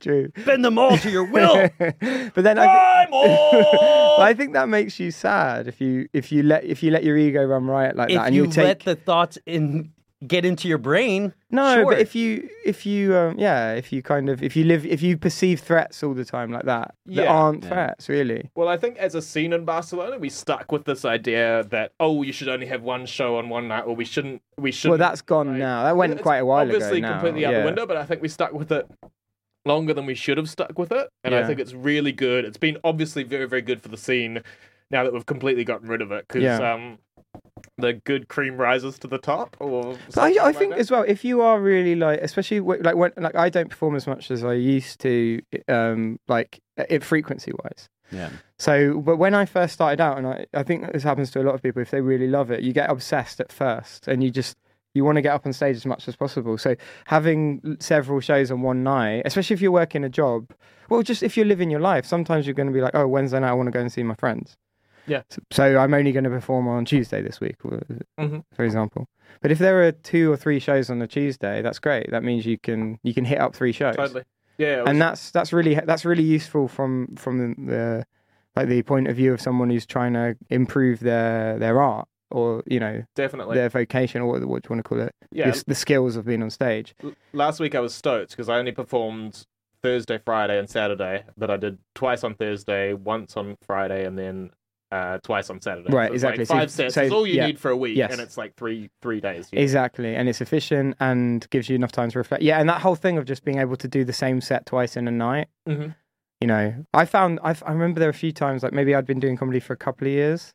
[SPEAKER 3] true. [LAUGHS]
[SPEAKER 1] bend them all to your will.
[SPEAKER 3] but then I,
[SPEAKER 1] I'm all.
[SPEAKER 2] Oh!
[SPEAKER 3] thi- I think that makes you sad if you if you let if you let your ego run riot like that
[SPEAKER 1] if
[SPEAKER 3] and
[SPEAKER 1] you
[SPEAKER 3] you take
[SPEAKER 1] let the thoughts in get into your brain,
[SPEAKER 3] no.
[SPEAKER 1] sure.
[SPEAKER 3] But if you if you um, yeah if you kind of if you live if you perceive threats all the time like that
[SPEAKER 2] Yeah.
[SPEAKER 3] that aren't
[SPEAKER 1] Yeah.
[SPEAKER 3] threats really.
[SPEAKER 2] Well, I think as a scene in Barcelona, we stuck with this idea that oh, you should only have one show on one night, or we shouldn't. We should.
[SPEAKER 3] Well, that's gone now. That went
[SPEAKER 2] It's
[SPEAKER 3] quite a while
[SPEAKER 2] obviously
[SPEAKER 3] ago. now.
[SPEAKER 2] completely out
[SPEAKER 3] yeah.
[SPEAKER 2] the window, but I think we stuck with it longer than we should have stuck with it, and I
[SPEAKER 3] Yeah.
[SPEAKER 2] think it's really good. It's been obviously very, very good for the scene. Now that we've completely gotten rid of it, because
[SPEAKER 3] Yeah.
[SPEAKER 2] um, the good cream rises to the top. Or
[SPEAKER 3] But I,
[SPEAKER 2] something
[SPEAKER 3] I
[SPEAKER 2] like
[SPEAKER 3] think
[SPEAKER 2] that.
[SPEAKER 3] as well, if you are really like, especially wh- like when like I don't perform as much as I used to, um, like it frequency wise.
[SPEAKER 1] Yeah.
[SPEAKER 3] So, but when I first started out, and I, I think this happens to a lot of people, if they really love it, you get obsessed at first, and you just you want to get up on stage as much as possible. So, having l- several shows on one night, especially if you're working a job, well, just if you're living your life, sometimes you're going to be like, oh, Wednesday night, I want to go and see my friends.
[SPEAKER 2] Yeah.
[SPEAKER 3] So, so I'm only going to perform on Tuesday this week, or-
[SPEAKER 2] Mhm.
[SPEAKER 3] for example. But if there are two or three shows on a Tuesday, that's great. That means you can you can hit up three shows
[SPEAKER 2] totally. Yeah,
[SPEAKER 3] and that's that's really that's really useful from from the like the point of view of someone who's trying to improve their their art or you know
[SPEAKER 2] definitely.
[SPEAKER 3] their vocation or what, what do you want to call it
[SPEAKER 2] yeah,
[SPEAKER 3] Your s- the, skills of being on stage
[SPEAKER 2] L- last week I was stoked because I only performed Thursday, Friday, and Saturday. But I did twice on Thursday, once on Friday, and then uh, twice on Saturday.
[SPEAKER 3] Right,
[SPEAKER 2] it's like
[SPEAKER 3] exactly. So-
[SPEAKER 2] five sets
[SPEAKER 3] so-
[SPEAKER 2] is all you
[SPEAKER 3] yeah.
[SPEAKER 2] need for a week,
[SPEAKER 3] Yes.
[SPEAKER 2] and it's like three three days. Yeah.
[SPEAKER 3] exactly and it's efficient and gives you enough time to reflect yeah and that whole thing of just being able to do the same set twice in a night
[SPEAKER 2] Mhm.
[SPEAKER 3] you know i found I've, i remember there were a few times like maybe i'd been doing comedy for a couple of years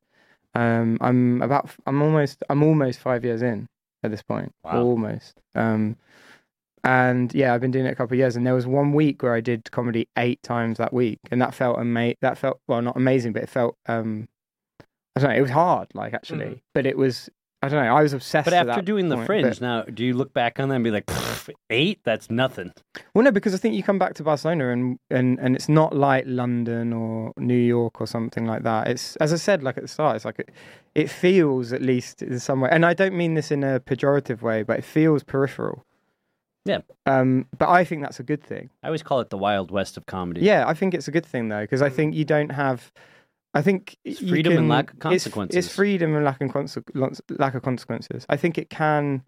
[SPEAKER 3] um i'm about i'm almost i'm almost five years in at this point
[SPEAKER 2] Wow.
[SPEAKER 3] almost um and yeah i've been doing it a couple of years and there was one week where i did comedy eight times that week and that felt ama- that felt well not amazing but it felt um i don't know it was hard like actually
[SPEAKER 2] Mhm.
[SPEAKER 3] but it was i don't know i was obsessed
[SPEAKER 1] But
[SPEAKER 3] at
[SPEAKER 1] after
[SPEAKER 3] that
[SPEAKER 1] doing the
[SPEAKER 3] point, but-
[SPEAKER 1] fringe, now do you look back on that and be like, "Pff, eight? That's nothing.
[SPEAKER 3] Well, no, because I think you come back to Barcelona and and and it's not like London or New York or something like that. It's as I said, like at the start, it's like it, it feels at least in some way, and I don't mean this in a pejorative way, but it feels peripheral.
[SPEAKER 1] Yeah.
[SPEAKER 3] Um, but I think that's a good thing.
[SPEAKER 1] I always call it the Wild West of comedy. Mm.
[SPEAKER 3] Yeah, I think it's a good thing though, because I think you don't have. I think
[SPEAKER 1] It's
[SPEAKER 3] you
[SPEAKER 1] freedom and
[SPEAKER 3] can-
[SPEAKER 1] lack of
[SPEAKER 3] it's- It's,
[SPEAKER 1] consequences.
[SPEAKER 3] freedom and lack and conse- lack of consequences. I think it can,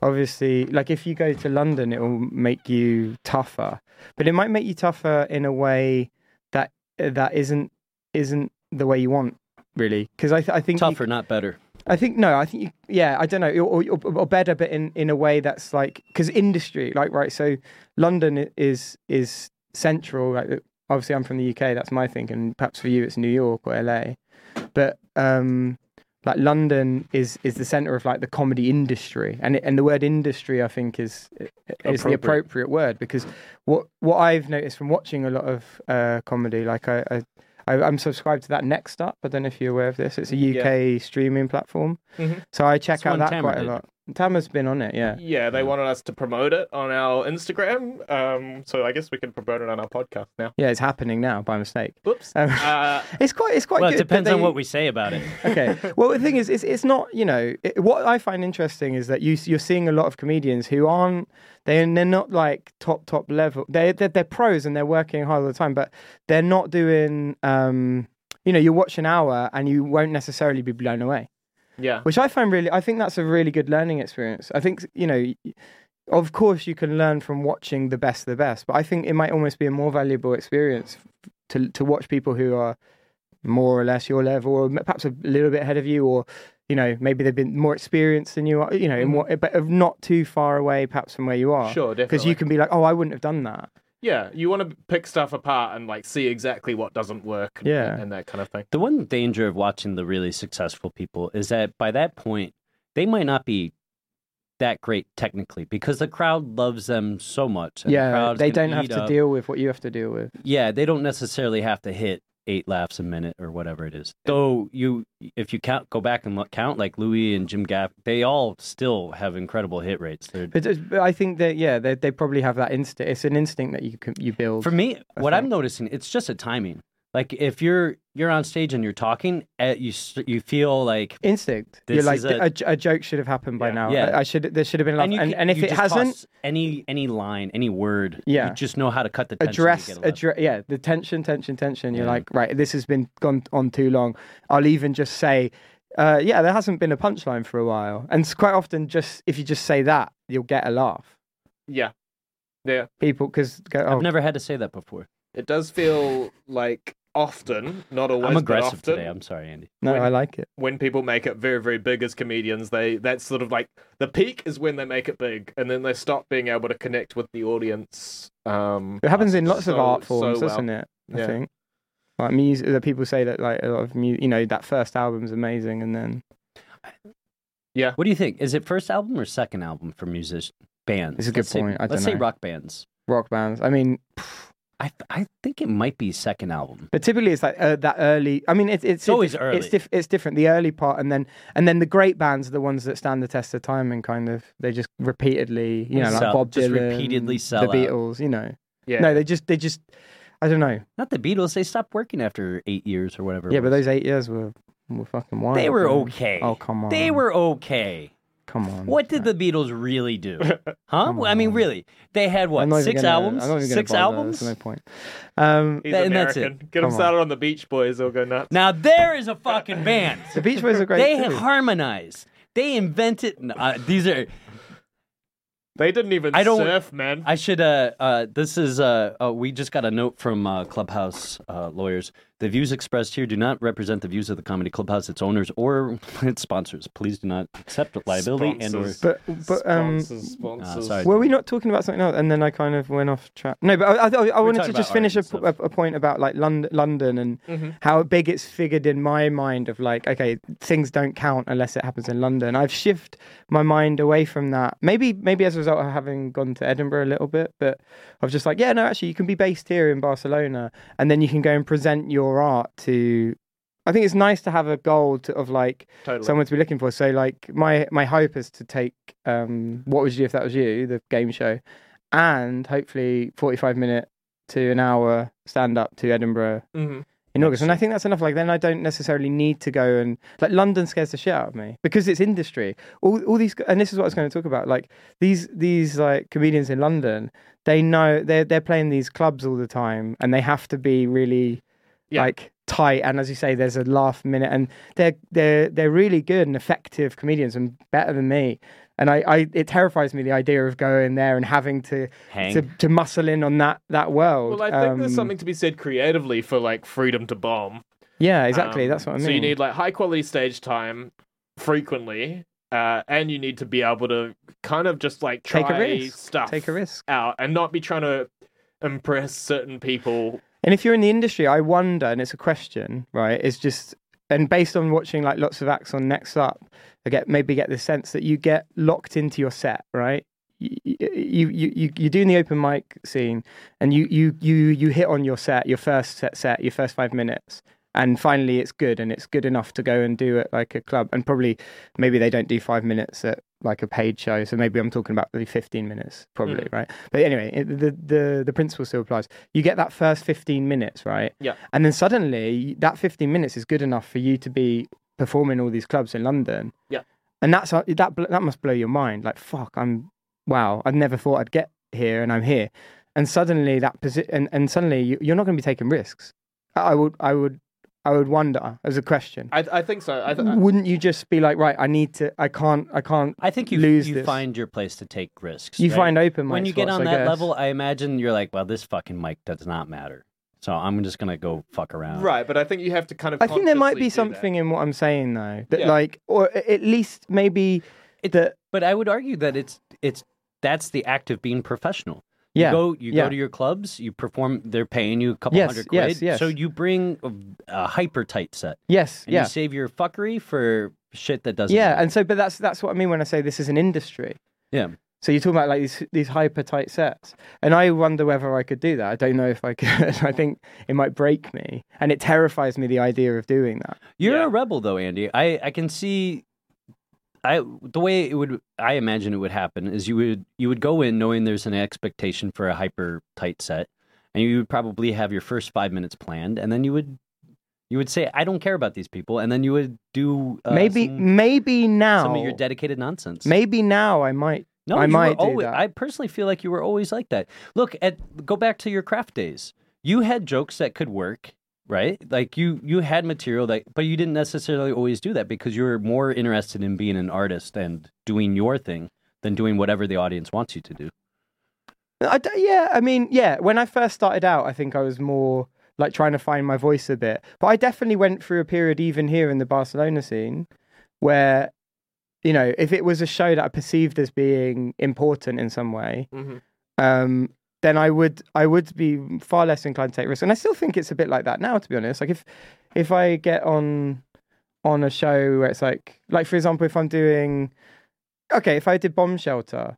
[SPEAKER 3] obviously, like if you go to London, it will make you tougher, but it might make you tougher in a way that that isn't isn't the way you want really. Because I, th- I think you
[SPEAKER 1] Tougher, not better.
[SPEAKER 3] I think no. I think you, yeah. I don't know, or, or, or better, but in, in a way that's like because industry, like right. So London i- is is central. Like obviously, I'm from the UK. That's my thing, and perhaps for you, it's New York or LA. But um, like London is is the center of like the comedy industry, and it, and the word industry, I think, is is the
[SPEAKER 1] Appropriate.
[SPEAKER 3] appropriate word because what what I've noticed from watching a lot of uh, comedy, like I. I I, I'm subscribed to that Next Up. I don't know if you're aware of this.
[SPEAKER 1] Mm-hmm.
[SPEAKER 3] It's a UK streaming platform,
[SPEAKER 2] Mhm.
[SPEAKER 3] so I check
[SPEAKER 1] That's Mm-hmm. one
[SPEAKER 3] out that
[SPEAKER 1] Tamara
[SPEAKER 3] quite a
[SPEAKER 1] did.
[SPEAKER 3] lot. Tama's been on it, yeah.
[SPEAKER 2] Yeah, they wanted us to promote it on our Instagram, um, so I guess we can promote it on our podcast now.
[SPEAKER 3] Yeah, it's happening now by mistake.
[SPEAKER 2] Oops.
[SPEAKER 3] Um,
[SPEAKER 2] Uh,
[SPEAKER 3] it's quite, it's quite.
[SPEAKER 1] Well,
[SPEAKER 3] good,
[SPEAKER 1] it
[SPEAKER 3] but
[SPEAKER 1] depends on
[SPEAKER 3] they-
[SPEAKER 1] what we say about it.
[SPEAKER 3] [LAUGHS] okay. Well, the thing is, it's, it's not, you know, it, what I find interesting is that you, you're seeing a lot of comedians who aren't, they're, they're not like top, top level. They're, they're, they're pros and they're working hard all the time, but they're not doing, um, you know, you watch an hour and you won't necessarily be blown away,
[SPEAKER 2] yeah.
[SPEAKER 3] which I find really, I think that's a really good learning experience. I think, you know, of course you can learn from watching the best of the best, but I think it might almost be a more valuable experience to to watch people who are more or less your level, or perhaps a little bit ahead of you, or you know, maybe they've been more experienced than you are, you know,
[SPEAKER 1] Mm.
[SPEAKER 3] in what, but of not too far away perhaps from where you are.
[SPEAKER 2] Sure,
[SPEAKER 3] Because
[SPEAKER 2] definitely.
[SPEAKER 3] you can be like, oh, I wouldn't have done that.
[SPEAKER 2] Yeah, you want to pick stuff apart and like see exactly what doesn't work. and-
[SPEAKER 3] Yeah.
[SPEAKER 2] and that kind of thing.
[SPEAKER 1] The one danger of watching the really successful people is that by that point, they might not be that great technically because the crowd loves them so much. and the
[SPEAKER 3] yeah,
[SPEAKER 1] crowds
[SPEAKER 3] they
[SPEAKER 1] can
[SPEAKER 3] don't have
[SPEAKER 1] eat
[SPEAKER 3] to
[SPEAKER 1] up.
[SPEAKER 3] deal with what you have to deal with.
[SPEAKER 1] Yeah, they don't necessarily have to hit eight laughs a minute or whatever it is. Though you, if you count, go back and look, count like Louis and Jim Gaff, they all still have incredible hit rates. They're,
[SPEAKER 3] But, it's- but I think that yeah, they they probably have that instinct. It's an instinct that you can, you build.
[SPEAKER 1] for me, what I'm noticing, it's just a timing. Like if you're you're on stage and you're talking, eh, you s- you feel like
[SPEAKER 3] instinct.
[SPEAKER 1] This
[SPEAKER 3] You're like
[SPEAKER 1] is
[SPEAKER 3] "Th-
[SPEAKER 1] a-
[SPEAKER 3] a, j- a joke should have happened by
[SPEAKER 2] Yeah.
[SPEAKER 3] now.
[SPEAKER 1] Yeah.
[SPEAKER 3] I, I should there should have been a laugh. And,
[SPEAKER 1] you
[SPEAKER 3] and,
[SPEAKER 1] can-
[SPEAKER 3] if
[SPEAKER 1] you
[SPEAKER 3] it
[SPEAKER 1] just
[SPEAKER 3] hasn't,
[SPEAKER 1] toss any any line, any word,
[SPEAKER 3] Yeah.
[SPEAKER 1] you just know how to cut the tension to
[SPEAKER 3] address
[SPEAKER 1] get a laugh.
[SPEAKER 3] address yeah the tension tension tension you're
[SPEAKER 1] Yeah.
[SPEAKER 3] like right this has been gone on too long i'll even just say uh, yeah there hasn't been a punchline for a while and it's quite often just if you just say that you'll get a laugh
[SPEAKER 2] Yeah, yeah.
[SPEAKER 3] people because go oh
[SPEAKER 1] I've never had to say that before.
[SPEAKER 2] It does feel like often, not always,
[SPEAKER 1] I'm
[SPEAKER 2] but
[SPEAKER 1] aggressive
[SPEAKER 2] often,
[SPEAKER 1] today. I'm sorry, Andy.
[SPEAKER 3] no
[SPEAKER 2] when-
[SPEAKER 3] i like it
[SPEAKER 2] when people make it very, very big as comedians, they that's sort of like the peak is when they make it big, and then they stop being able to connect with the audience. Um,
[SPEAKER 3] it happens in lots of
[SPEAKER 2] so-
[SPEAKER 3] art
[SPEAKER 2] so
[SPEAKER 3] forms
[SPEAKER 2] well.
[SPEAKER 3] doesn't it i
[SPEAKER 2] Yeah.
[SPEAKER 3] think like music that people say that like a lot of mu- you know that first album's amazing and then
[SPEAKER 1] What do you think? Is it first album or second album for musicians? Bands.
[SPEAKER 3] It's a good
[SPEAKER 1] Let's say-
[SPEAKER 3] point. I
[SPEAKER 1] let's
[SPEAKER 3] dunno.
[SPEAKER 1] say rock bands.
[SPEAKER 3] rock bands i mean
[SPEAKER 1] I I think it might be second album.
[SPEAKER 3] But typically, it's like uh, that early. I mean, it's it's,
[SPEAKER 1] It's always
[SPEAKER 3] it's,
[SPEAKER 1] early.
[SPEAKER 3] It's, diff- it's different. The early part, and then and then the great bands are the ones that stand the test of time and kind of they just repeatedly, you know, like
[SPEAKER 1] Sell-
[SPEAKER 3] Bob
[SPEAKER 1] just
[SPEAKER 3] Dylan,
[SPEAKER 1] repeatedly sell
[SPEAKER 3] the
[SPEAKER 1] out.
[SPEAKER 3] Beatles. You know,
[SPEAKER 2] Yeah,
[SPEAKER 3] no, they just they just I don't know.
[SPEAKER 1] Not the Beatles. They stopped working after eight years or whatever. it
[SPEAKER 3] Yeah, but
[SPEAKER 1] was.
[SPEAKER 3] those eight years were were fucking wild.
[SPEAKER 1] they were
[SPEAKER 3] man.
[SPEAKER 1] okay.
[SPEAKER 3] Oh come on,
[SPEAKER 1] They were okay.
[SPEAKER 3] come on.
[SPEAKER 1] What did the Beatles really
[SPEAKER 3] [LAUGHS]
[SPEAKER 1] do? Huh?
[SPEAKER 3] Come
[SPEAKER 1] I mean,
[SPEAKER 3] on.
[SPEAKER 1] really? They had what?
[SPEAKER 3] I'm not even
[SPEAKER 1] 6
[SPEAKER 3] gonna-
[SPEAKER 1] albums?
[SPEAKER 3] I'm not even gonna
[SPEAKER 1] Six
[SPEAKER 3] bother.
[SPEAKER 1] albums?
[SPEAKER 3] There's no point. Um,
[SPEAKER 2] he's
[SPEAKER 1] and that's it.
[SPEAKER 2] American. Get him
[SPEAKER 3] Come on.
[SPEAKER 2] started on the Beach Boys, they'll go nuts.
[SPEAKER 1] Now there is a fucking
[SPEAKER 3] [LAUGHS]
[SPEAKER 1] band.
[SPEAKER 3] the Beach Boys are great.
[SPEAKER 1] they
[SPEAKER 3] too.
[SPEAKER 1] harmonized. They invented. no, uh, these are.
[SPEAKER 2] They didn't even
[SPEAKER 1] I don't-
[SPEAKER 2] surf, man.
[SPEAKER 1] I should. Uh, uh, this is. Uh, uh, we just got a note from uh, Clubhouse uh, lawyers. The views expressed here do not represent the views of the Comedy Clubhouse, its owners, or [LAUGHS] its sponsors. Please do not accept liability Ah,
[SPEAKER 2] Sponsors.
[SPEAKER 3] but but um,
[SPEAKER 2] sponsors, sponsors.
[SPEAKER 1] sorry.
[SPEAKER 3] Were we not talking about something else? And then I kind of went off track. No, but I, I, I
[SPEAKER 1] talking
[SPEAKER 3] wanted to
[SPEAKER 1] about Mm-hmm.
[SPEAKER 3] just finish a,
[SPEAKER 1] art and
[SPEAKER 3] p- a point about like London, London and how big it's figured in my mind of like, okay, things don't count unless it happens in London. I've shifted my mind away from that. Maybe, maybe as a result of having gone to Edinburgh a little bit, but I've just like, yeah, no, actually, you can be based here in Barcelona, and then you can go and present your art to. I think it's nice to have a goal to, of like
[SPEAKER 2] Totally.
[SPEAKER 3] someone to be looking for. So like my my hope is to take um what would you do if that was you, the game show, and hopefully forty five minute to an hour stand up to Edinburgh
[SPEAKER 2] Mhm.
[SPEAKER 3] in August. And I think that's enough. Like then I don't necessarily need to go and like London scares the shit out of me because it's industry. All all these and this is what I was going to talk about. Like these these like comedians in London, they know they're they're playing these clubs all the time and they have to be really
[SPEAKER 2] Yeah.
[SPEAKER 3] like tight and as you say there's a laugh minute and they're they're they're really good and effective comedians and better than me and I, I it terrifies me the idea of going there and having to
[SPEAKER 1] Hang.
[SPEAKER 3] to, to muscle in on that that world
[SPEAKER 2] Well, I think
[SPEAKER 3] Um,
[SPEAKER 2] there's something to be said creatively for like freedom to bomb.
[SPEAKER 3] yeah exactly
[SPEAKER 2] Um,
[SPEAKER 3] that's what i mean
[SPEAKER 2] So you need like high quality stage time frequently, uh, and you need to be able to kind of just like try
[SPEAKER 3] Take a risk.
[SPEAKER 2] stuff
[SPEAKER 3] take a risk
[SPEAKER 2] out and not be trying to impress certain people.
[SPEAKER 3] And if you're in the industry, I wonder, and it's a question, right? It's just, and based on watching like lots of acts on Next Up, I get maybe get the sense that you get locked into your set, right? You you you you- you're doing the open mic scene, and you you you you hit on your set, your first set set, your first five minutes, and finally it's good, and it's good enough to go and do it like a club, and probably maybe they don't do five minutes at like a paid show, so maybe I'm talking about the 15 minutes, probably, right? But anyway, it, the the the principle still applies. You get that first 15 minutes, right?
[SPEAKER 2] Yeah.
[SPEAKER 3] And then suddenly that 15 minutes is good enough for you to be performing all these clubs in London.
[SPEAKER 2] Yeah.
[SPEAKER 3] And that's uh, that bl- that must blow your mind. Like fuck, I'm wow, I never thought I'd get here, and I'm here. And suddenly that position, and, and suddenly you, you're not going to be taking risks. I, I would, I would, I would wonder as a question.
[SPEAKER 2] I, I think so. I th-
[SPEAKER 3] wouldn't you just be like, right? I need to. I can't. I can't.
[SPEAKER 1] I think you
[SPEAKER 3] lose
[SPEAKER 1] you
[SPEAKER 3] this.
[SPEAKER 1] find your place to take risks.
[SPEAKER 3] You
[SPEAKER 1] right?
[SPEAKER 3] find open mic
[SPEAKER 1] when you get
[SPEAKER 3] spots,
[SPEAKER 1] on
[SPEAKER 3] I
[SPEAKER 1] that
[SPEAKER 3] guess.
[SPEAKER 1] level, I imagine you're like, well, this fucking mic does not matter. So I'm just gonna go fuck around.
[SPEAKER 2] Right, but I think you have to kind of.
[SPEAKER 3] I think there might
[SPEAKER 2] consciously
[SPEAKER 3] be
[SPEAKER 2] do
[SPEAKER 3] something in what I'm saying though, that
[SPEAKER 2] Yeah.
[SPEAKER 3] like, or a- at least maybe
[SPEAKER 1] It-
[SPEAKER 3] that.
[SPEAKER 1] But I would argue that it's it's that's the act of being professional. You
[SPEAKER 3] Yeah,
[SPEAKER 1] go you
[SPEAKER 3] yeah.
[SPEAKER 1] go to your clubs, you perform. They're paying you a couple
[SPEAKER 3] Yes,
[SPEAKER 1] hundred quid.
[SPEAKER 3] yes, yes.
[SPEAKER 1] So you bring a, a hyper tight set
[SPEAKER 3] Yes,
[SPEAKER 1] and
[SPEAKER 3] yeah,
[SPEAKER 1] you save your fuckery for shit that doesn't.
[SPEAKER 3] yeah.
[SPEAKER 1] matter.
[SPEAKER 3] And so, but that's that's what I mean when I say this is an industry.
[SPEAKER 1] yeah.
[SPEAKER 3] So you're talking about like these these hyper tight sets, and I wonder whether I could do that. I don't know if I could. [LAUGHS] I think it might break me, and it terrifies me the idea of doing that.
[SPEAKER 1] You're
[SPEAKER 2] Yeah.
[SPEAKER 1] a rebel though, Andy. I, I can see I the way it would I imagine it would happen is you would you would go in knowing there's an expectation for a hyper tight set and you would probably have your first 5 minutes planned and then you would you would say I don't care about these people and then you would do uh,
[SPEAKER 3] maybe
[SPEAKER 1] some,
[SPEAKER 3] maybe now
[SPEAKER 1] some of your dedicated nonsense.
[SPEAKER 3] maybe now I might.
[SPEAKER 1] No,
[SPEAKER 3] I
[SPEAKER 1] you
[SPEAKER 3] might
[SPEAKER 1] were
[SPEAKER 3] do
[SPEAKER 1] always,
[SPEAKER 3] that.
[SPEAKER 1] I personally feel like you were always like that. Look at go back to your craft days. You had jokes that could work, right? Like you you had material that, but you didn't necessarily always do that because you were more interested in being an artist and doing your thing than doing whatever the audience wants you to do.
[SPEAKER 3] I d yeah, I mean, yeah. When I first started out, I think I was more like trying to find my voice a bit. But I definitely went through a period, even here in the Barcelona scene, where, you know, if it was a show that I perceived as being important in some way,
[SPEAKER 2] Mhm.
[SPEAKER 3] um, then I would I would be far less inclined to take risks. And I still think it's a bit like that now, to be honest. Like if if I get on on a show where it's like like for example, if I'm doing okay, if I did bomb shelter,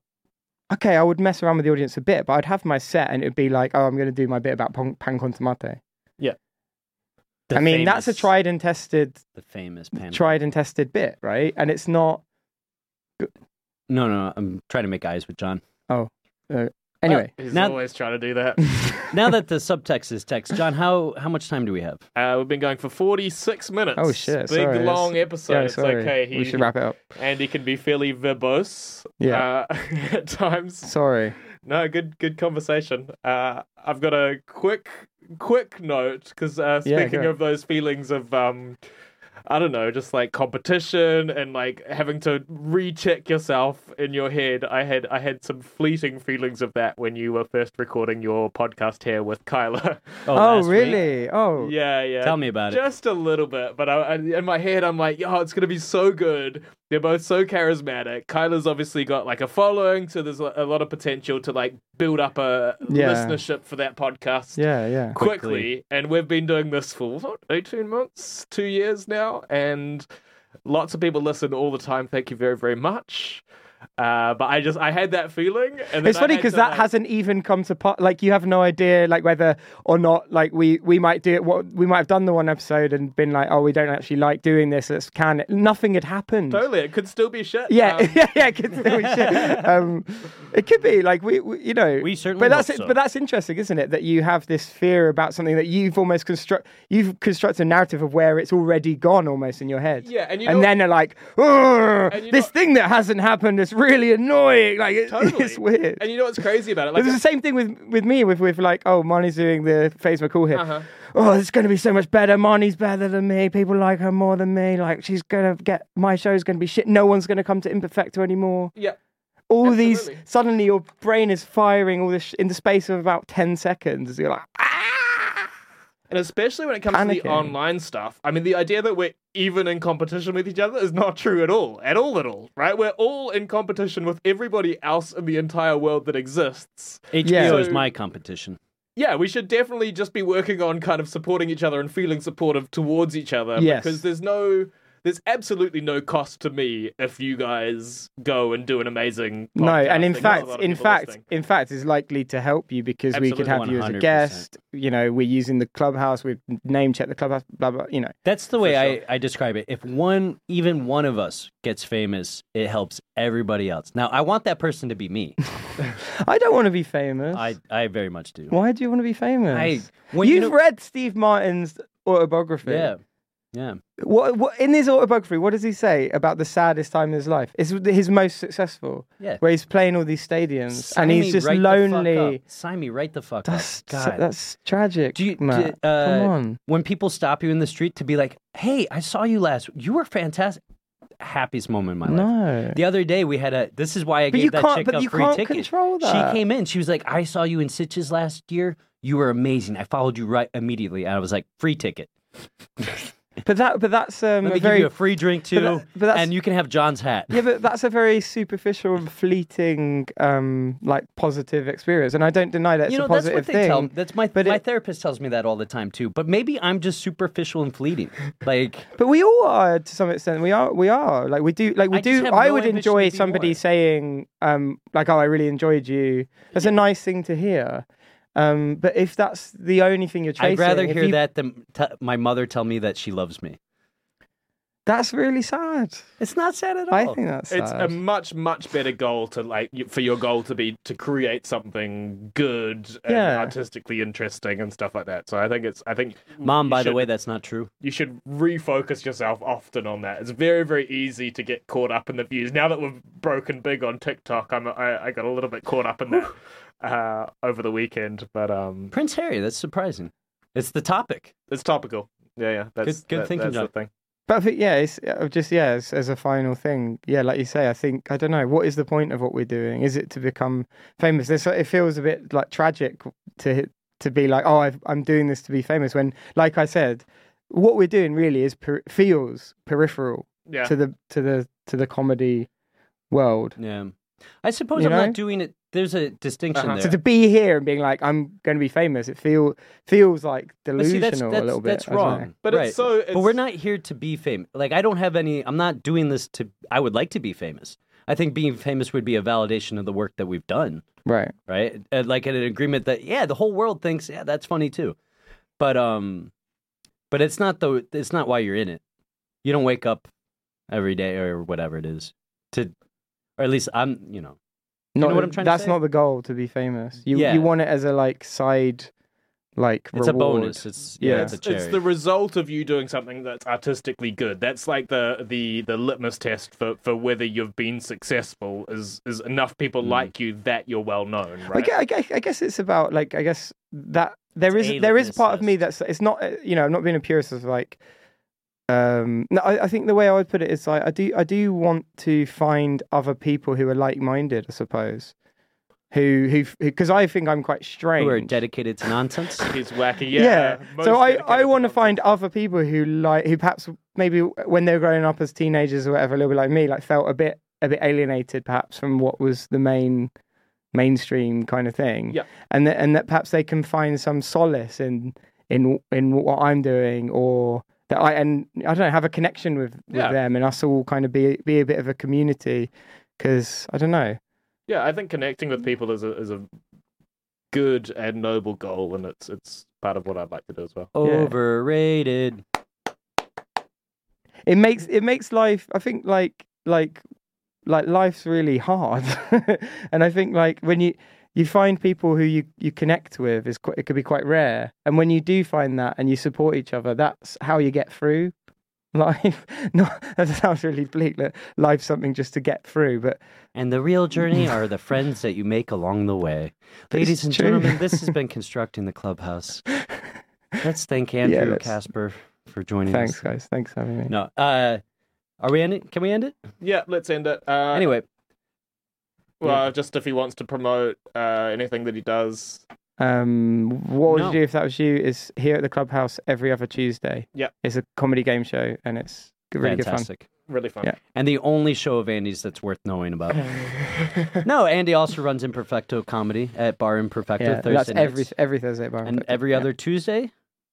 [SPEAKER 3] okay, I would mess around with the audience a bit, but I'd have my set and it would be like, oh, I'm going to do my bit about pan, pan con tomate.
[SPEAKER 1] The
[SPEAKER 3] I mean, that's a
[SPEAKER 1] famous-
[SPEAKER 3] tried and tested,
[SPEAKER 1] The famous pan.
[SPEAKER 3] tried and tested bit, right? And it's not.
[SPEAKER 1] No, no, no, I'm trying to make eyes with John.
[SPEAKER 3] Anyway,
[SPEAKER 2] That. He's
[SPEAKER 1] Now-
[SPEAKER 2] always trying to do that.
[SPEAKER 1] Now that the subtext is text, John, how how much time do we have?
[SPEAKER 2] Uh, we've been going for 46 minutes.
[SPEAKER 3] Oh, shit,
[SPEAKER 2] Big,
[SPEAKER 3] sorry, it's-
[SPEAKER 2] long episode.
[SPEAKER 3] yeah,
[SPEAKER 2] it's
[SPEAKER 3] sorry.
[SPEAKER 2] okay. He,
[SPEAKER 3] we should wrap it up.
[SPEAKER 2] Andy can be fairly verbose
[SPEAKER 3] Yeah.
[SPEAKER 2] uh, [LAUGHS] at times.
[SPEAKER 3] Sorry.
[SPEAKER 2] No, good good conversation. Uh, I've got a quick quick note because uh,
[SPEAKER 3] Yeah,
[SPEAKER 2] speaking
[SPEAKER 3] go.
[SPEAKER 2] of those feelings of um, I don't know, just like competition and like having to recheck yourself in your head. I had I had some fleeting feelings of that when you were first recording your podcast here with Kyla. [LAUGHS]
[SPEAKER 3] Oh,
[SPEAKER 1] last week?
[SPEAKER 3] really? Oh,
[SPEAKER 2] yeah, yeah.
[SPEAKER 1] Tell me about it.
[SPEAKER 2] Just a little bit, but I, I, in my head, I'm like, oh, it's gonna be so good. They're both so charismatic. Kyla's obviously got like a following, so there's a a lot of potential to like build up a
[SPEAKER 3] Yeah.
[SPEAKER 2] listenership for that podcast
[SPEAKER 3] yeah, yeah.
[SPEAKER 2] quickly.
[SPEAKER 1] Quickly.
[SPEAKER 2] And we've been doing this for what, 18 months, two years now, and lots of people listen all the time. Thank you very, very much. Uh, but I just I had that feeling, and then
[SPEAKER 3] It's
[SPEAKER 2] I
[SPEAKER 3] funny
[SPEAKER 2] had
[SPEAKER 3] because
[SPEAKER 2] to,
[SPEAKER 3] that
[SPEAKER 2] like-
[SPEAKER 3] hasn't even come to part. Like you have no idea, like whether or not, like we we might do it. What we might have done the one episode and been like, oh, we don't actually like doing this. Let's can it. Nothing had happened.
[SPEAKER 2] totally it could still be shit.
[SPEAKER 3] Yeah,
[SPEAKER 2] Um,
[SPEAKER 3] [LAUGHS] yeah, yeah. It could, still be shit. Um, it could be like we, we you know,
[SPEAKER 1] We certainly
[SPEAKER 3] But that's
[SPEAKER 1] hope
[SPEAKER 3] it-
[SPEAKER 1] so.
[SPEAKER 3] but that's interesting, isn't it? That you have this fear about something that you've almost construct, you've constructed a narrative of where it's already gone, almost in your head.
[SPEAKER 2] Yeah, and you
[SPEAKER 3] and
[SPEAKER 2] know-
[SPEAKER 3] then they're like, "Oh,
[SPEAKER 2] And you
[SPEAKER 3] this
[SPEAKER 2] know-
[SPEAKER 3] thing that hasn't happened is really annoying. Like it, [LAUGHS]
[SPEAKER 2] totally.
[SPEAKER 3] it's weird."
[SPEAKER 2] And you know what's crazy
[SPEAKER 3] [LAUGHS]
[SPEAKER 2] about it?
[SPEAKER 3] But it's the same thing with with me with with like oh Marnie's doing the phase McCall here.
[SPEAKER 2] Uh-huh.
[SPEAKER 3] Oh, it's going to be so much better. Marnie's better than me. People like her more than me. Like she's going to get my show's going to be shit. No one's going to come to Imperfecto anymore.
[SPEAKER 2] Yeah.
[SPEAKER 3] All these
[SPEAKER 2] absolutely.
[SPEAKER 3] suddenly your brain is firing all this sh- in the space of about ten seconds. You're like
[SPEAKER 2] Oh,
[SPEAKER 3] ah.
[SPEAKER 2] And especially when it comes to the
[SPEAKER 3] Panicking.
[SPEAKER 2] online stuff. I mean, the idea that we're even in competition with each other is not true at all. At all, at all, right? We're all in competition with everybody else in the entire world that exists.
[SPEAKER 1] HBO is
[SPEAKER 2] So-
[SPEAKER 1] my competition.
[SPEAKER 2] Yeah, we should definitely just be working on kind of supporting each other and feeling supportive towards each other
[SPEAKER 3] Yes.
[SPEAKER 2] because there's no. There's absolutely no cost to me if you guys go and do an amazing.
[SPEAKER 3] No, and
[SPEAKER 2] podcast.
[SPEAKER 3] in
[SPEAKER 2] Not a
[SPEAKER 3] fact,
[SPEAKER 2] lot of
[SPEAKER 3] in
[SPEAKER 2] people
[SPEAKER 3] fact,
[SPEAKER 2] listening.
[SPEAKER 3] in fact, is likely to help you because we could have
[SPEAKER 1] Absolutely,
[SPEAKER 3] you as a
[SPEAKER 1] 100%.
[SPEAKER 3] guest. You know, we're using the clubhouse. We've name checked the clubhouse. Blah blah. You know.
[SPEAKER 1] That's the way
[SPEAKER 2] sure.
[SPEAKER 1] I, I describe it. If one, even one of us gets famous, it helps everybody else. Now, I want that person to be
[SPEAKER 3] [LAUGHS]
[SPEAKER 1] me.
[SPEAKER 3] I don't want to be famous.
[SPEAKER 1] I, I very much do.
[SPEAKER 3] Why do you want to be famous?
[SPEAKER 1] I- when you
[SPEAKER 3] You've
[SPEAKER 1] know-
[SPEAKER 3] read Steve Martin's autobiography.
[SPEAKER 1] Yeah. Yeah.
[SPEAKER 3] What, what in his autobiography? What does he say about the saddest time in his life? It's his most successful.
[SPEAKER 1] Yeah.
[SPEAKER 3] Where he's playing all these stadiums and he's just
[SPEAKER 1] The
[SPEAKER 3] lonely.
[SPEAKER 1] fuck up. Sign me right the fuck
[SPEAKER 3] That's
[SPEAKER 1] up. God.
[SPEAKER 3] that's tragic.
[SPEAKER 1] do you, do-
[SPEAKER 3] Matt.
[SPEAKER 1] uh,
[SPEAKER 3] Come on.
[SPEAKER 1] When people stop you in the street to be like, hey, I saw you last. You were fantastic. Happiest moment in my life. [LAUGHS]
[SPEAKER 3] No.
[SPEAKER 1] The other day we had a. This is why I
[SPEAKER 3] But
[SPEAKER 1] gave
[SPEAKER 3] you
[SPEAKER 1] that
[SPEAKER 3] can't-
[SPEAKER 1] chick
[SPEAKER 3] but
[SPEAKER 1] a
[SPEAKER 3] you
[SPEAKER 1] free
[SPEAKER 3] can't
[SPEAKER 1] ticket.
[SPEAKER 3] control
[SPEAKER 1] She
[SPEAKER 3] that.
[SPEAKER 1] came in. She was like, "I saw you in Sitches last year. you were amazing. I followed you right immediately. And I was like, free ticket.
[SPEAKER 3] But that, but that's um,
[SPEAKER 1] Let
[SPEAKER 3] a
[SPEAKER 1] me
[SPEAKER 3] very
[SPEAKER 1] give you a free drink too,
[SPEAKER 3] that- but that's-
[SPEAKER 1] and [LAUGHS] you can have John's hat.
[SPEAKER 3] yeah, but that's a very superficial and fleeting, um, like positive experience, and I don't deny that it's
[SPEAKER 1] you know,
[SPEAKER 3] a
[SPEAKER 1] that's
[SPEAKER 3] positive
[SPEAKER 1] what they
[SPEAKER 3] thing.
[SPEAKER 1] tell me. That's my
[SPEAKER 3] but
[SPEAKER 1] my
[SPEAKER 3] it-
[SPEAKER 1] therapist tells me that all the time too. But maybe I'm just superficial and
[SPEAKER 3] [LAUGHS]
[SPEAKER 1] fleeting. Like
[SPEAKER 3] But we all are to some extent. We are. We are like we do. Like we
[SPEAKER 1] I just
[SPEAKER 3] do.
[SPEAKER 1] have
[SPEAKER 3] I
[SPEAKER 1] no
[SPEAKER 3] would
[SPEAKER 1] ambition
[SPEAKER 3] enjoy
[SPEAKER 1] to be
[SPEAKER 3] somebody
[SPEAKER 1] more.
[SPEAKER 3] saying, um, like, "Oh, I really enjoyed you." That's a nice thing to hear. Um, but if that's the only thing you're chasing,
[SPEAKER 1] I'd rather
[SPEAKER 3] if
[SPEAKER 1] hear
[SPEAKER 3] you-
[SPEAKER 1] that than t- my mother tell me that she loves me.
[SPEAKER 3] That's really sad.
[SPEAKER 1] It's not sad at all.
[SPEAKER 3] I think that's sad.
[SPEAKER 2] It's a much much better goal to like y- for your goal to be to create something good and
[SPEAKER 3] Yeah.
[SPEAKER 2] artistically interesting and stuff like that. So I think it's I think
[SPEAKER 1] Mom,
[SPEAKER 2] you
[SPEAKER 1] by the
[SPEAKER 2] should-
[SPEAKER 1] way, that's not true.
[SPEAKER 2] you should refocus yourself often on that. It's very very easy to get caught up in the views. Now that we've broken big on TikTok, I'm I, I got a little bit caught up in that uh, over the weekend, but um,
[SPEAKER 1] Prince Harry, that's surprising. It's the topic.
[SPEAKER 2] it's topical. Yeah, yeah, that's
[SPEAKER 1] Good- good
[SPEAKER 2] that-
[SPEAKER 1] thinking,
[SPEAKER 2] that's the
[SPEAKER 1] John.
[SPEAKER 2] thing.
[SPEAKER 3] But I think, yeah, it's uh, just yeah, as, as a final thing, yeah, like you say, I think I don't know what is the point of what we're doing. Is it to become famous? It's, it feels a bit like tragic to to be like, oh, I've, I'm doing this to be famous. When, like I said, what we're doing really is per- feels peripheral
[SPEAKER 2] Yeah.
[SPEAKER 3] to the to the to the comedy world.
[SPEAKER 1] Yeah. I suppose
[SPEAKER 3] You
[SPEAKER 1] I'm
[SPEAKER 3] know?
[SPEAKER 1] not doing it. There's a distinction
[SPEAKER 2] Uh-huh.
[SPEAKER 1] there.
[SPEAKER 3] So to be here and being like, I'm going to be famous, it feel feels like
[SPEAKER 1] But
[SPEAKER 3] delusional
[SPEAKER 1] see, that's, that's,
[SPEAKER 3] a little bit.
[SPEAKER 1] that's
[SPEAKER 3] I don't know.
[SPEAKER 1] wrong.
[SPEAKER 2] But
[SPEAKER 1] right.
[SPEAKER 2] it's so. It's,
[SPEAKER 1] But we're not here to be famous. Like I don't have any. I'm not doing this to. I would like to be famous. I think being famous would be a validation of the work that we've done.
[SPEAKER 3] Right.
[SPEAKER 1] right? And like an agreement that yeah, the whole world thinks yeah, that's funny too. But um, but it's not the it's not why you're in it. You don't wake up every day or whatever it is to, or at least I'm you know
[SPEAKER 3] Not,
[SPEAKER 1] know what I'm trying to
[SPEAKER 3] that's
[SPEAKER 1] say?
[SPEAKER 3] not the goal to be famous. You
[SPEAKER 1] Yeah.
[SPEAKER 3] you want it as a like side, like
[SPEAKER 1] it's
[SPEAKER 3] reward.
[SPEAKER 1] a bonus. It's yeah,
[SPEAKER 3] Yeah.
[SPEAKER 1] it's a
[SPEAKER 2] it's, it's
[SPEAKER 1] cherry.
[SPEAKER 2] the result of you doing something that's artistically good. That's like the the the litmus test for, for whether you've been successful is is enough
[SPEAKER 3] Hmm.
[SPEAKER 2] people like you that you're well known,
[SPEAKER 3] I
[SPEAKER 2] right?
[SPEAKER 3] guess, I, guess, I guess it's about like I guess that there is there is
[SPEAKER 1] A-litness
[SPEAKER 3] part of me
[SPEAKER 1] list.
[SPEAKER 3] that's it's not uh, you know I'm not being a purist of like um no I, I think the way I would put it is like I do I do want to find other people who are like minded I suppose who who because I think I'm quite strange
[SPEAKER 1] Who are dedicated to [LAUGHS] nonsense?
[SPEAKER 2] He's wacky, yeah.
[SPEAKER 3] yeah.
[SPEAKER 2] most
[SPEAKER 3] So I,
[SPEAKER 2] dedicated
[SPEAKER 3] I want to
[SPEAKER 2] people.
[SPEAKER 3] find other people who like who perhaps maybe when they were growing up as teenagers or whatever, a little bit like me, like felt a bit a bit alienated perhaps from what was the main mainstream kind of thing.
[SPEAKER 2] Yeah.
[SPEAKER 3] And that and that perhaps they can find some solace in in in what I'm doing or that I and I don't know have a connection with with
[SPEAKER 2] Yeah.
[SPEAKER 3] them and us all kind of be be a bit of a community because I don't know.
[SPEAKER 2] Yeah, I think connecting with people is a is a good and noble goal, and it's it's part of what I'd like to do as well.
[SPEAKER 1] Overrated.
[SPEAKER 3] it makes it makes life i think like like like life's really hard [LAUGHS] and i think like when you you find people who you you connect with is quite, it could be quite rare and when you do find that and you support each other that's how you get through [LAUGHS] life not [LAUGHS] that sounds really bleak that life's something just to get through but
[SPEAKER 1] And the real journey are the friends that you make along the way.
[SPEAKER 3] it's
[SPEAKER 1] Ladies and
[SPEAKER 3] true.
[SPEAKER 1] gentlemen, this has been Constructing the Clubhouse. Let's thank Andrew
[SPEAKER 3] that's-
[SPEAKER 1] Casper for joining
[SPEAKER 3] thanks
[SPEAKER 1] us.
[SPEAKER 3] guys thanks for having me
[SPEAKER 1] No. Uh, are we ending? Can we end it?
[SPEAKER 2] Yeah, let's end it. Uh,
[SPEAKER 1] anyway,
[SPEAKER 2] well, just if he wants to promote uh, anything that he does,
[SPEAKER 3] Um, what would
[SPEAKER 1] No.
[SPEAKER 3] you do if that was you? Is here at the clubhouse every other Tuesday.
[SPEAKER 2] Yep.
[SPEAKER 3] it's a comedy game show, and it's g- really
[SPEAKER 1] fantastic.
[SPEAKER 2] really fun.
[SPEAKER 3] Yeah.
[SPEAKER 1] And the only show of Andy's that's worth knowing about.
[SPEAKER 3] good fun.
[SPEAKER 1] no, Andy also runs Imperfecto Comedy at Bar Imperfecto
[SPEAKER 3] yeah,
[SPEAKER 1] Thursday
[SPEAKER 3] that's
[SPEAKER 1] nights.
[SPEAKER 3] every every Thursday. Bar
[SPEAKER 1] and
[SPEAKER 3] Unfiltered,
[SPEAKER 1] every
[SPEAKER 3] yeah.
[SPEAKER 1] other Tuesday,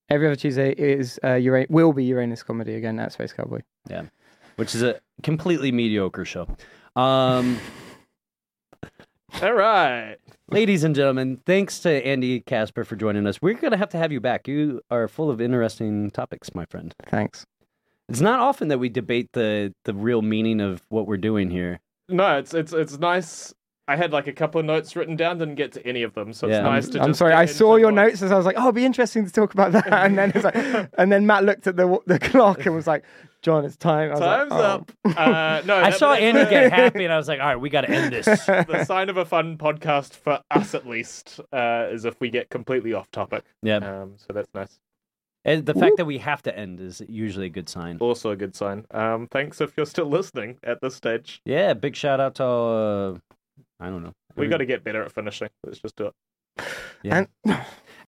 [SPEAKER 3] every other Tuesday is uh, Ura- will be Uranus comedy again at Space Cowboy.
[SPEAKER 1] which is a completely mediocre show. Um,
[SPEAKER 2] All right.
[SPEAKER 1] ladies and gentlemen, thanks to Andy Casper for joining us. We're going to have to have you back. You are full of interesting topics, my friend.
[SPEAKER 3] Thanks.
[SPEAKER 1] It's not often that we debate the, the real meaning of what we're doing here.
[SPEAKER 2] No, it's it's it's nice. I had like a couple of notes written down, didn't get to any of them, so
[SPEAKER 1] Yeah.
[SPEAKER 2] it's
[SPEAKER 1] I'm-
[SPEAKER 2] nice to.
[SPEAKER 3] I'm
[SPEAKER 2] just
[SPEAKER 3] sorry,
[SPEAKER 2] get
[SPEAKER 3] I saw
[SPEAKER 2] into
[SPEAKER 3] your
[SPEAKER 2] what-
[SPEAKER 3] notes as I was like, oh, it'd be interesting to talk about that, and then it's
[SPEAKER 2] [LAUGHS]
[SPEAKER 3] like, and then Matt looked at the the clock and was like, John, it's time. I was like,
[SPEAKER 2] Time's
[SPEAKER 3] "Oh."
[SPEAKER 2] up. Uh, no,
[SPEAKER 1] [LAUGHS] I
[SPEAKER 2] that-
[SPEAKER 1] saw
[SPEAKER 2] [LAUGHS] that's
[SPEAKER 1] Andy
[SPEAKER 2] the-
[SPEAKER 1] get happy, and I was like, all right, we got to end this.
[SPEAKER 2] [LAUGHS] The sign of a fun podcast for us, at least, uh, is if we get completely off topic.
[SPEAKER 1] Yeah.
[SPEAKER 2] Um, so that's nice.
[SPEAKER 1] And the fact that we have to end is usually a good sign.
[SPEAKER 2] Also a good sign. Um, thanks if you're still listening at this stage.
[SPEAKER 1] Yeah, big shout out to all, uh, I don't know.
[SPEAKER 2] We got to get better at finishing. Let's just do it.
[SPEAKER 1] Yeah.
[SPEAKER 3] And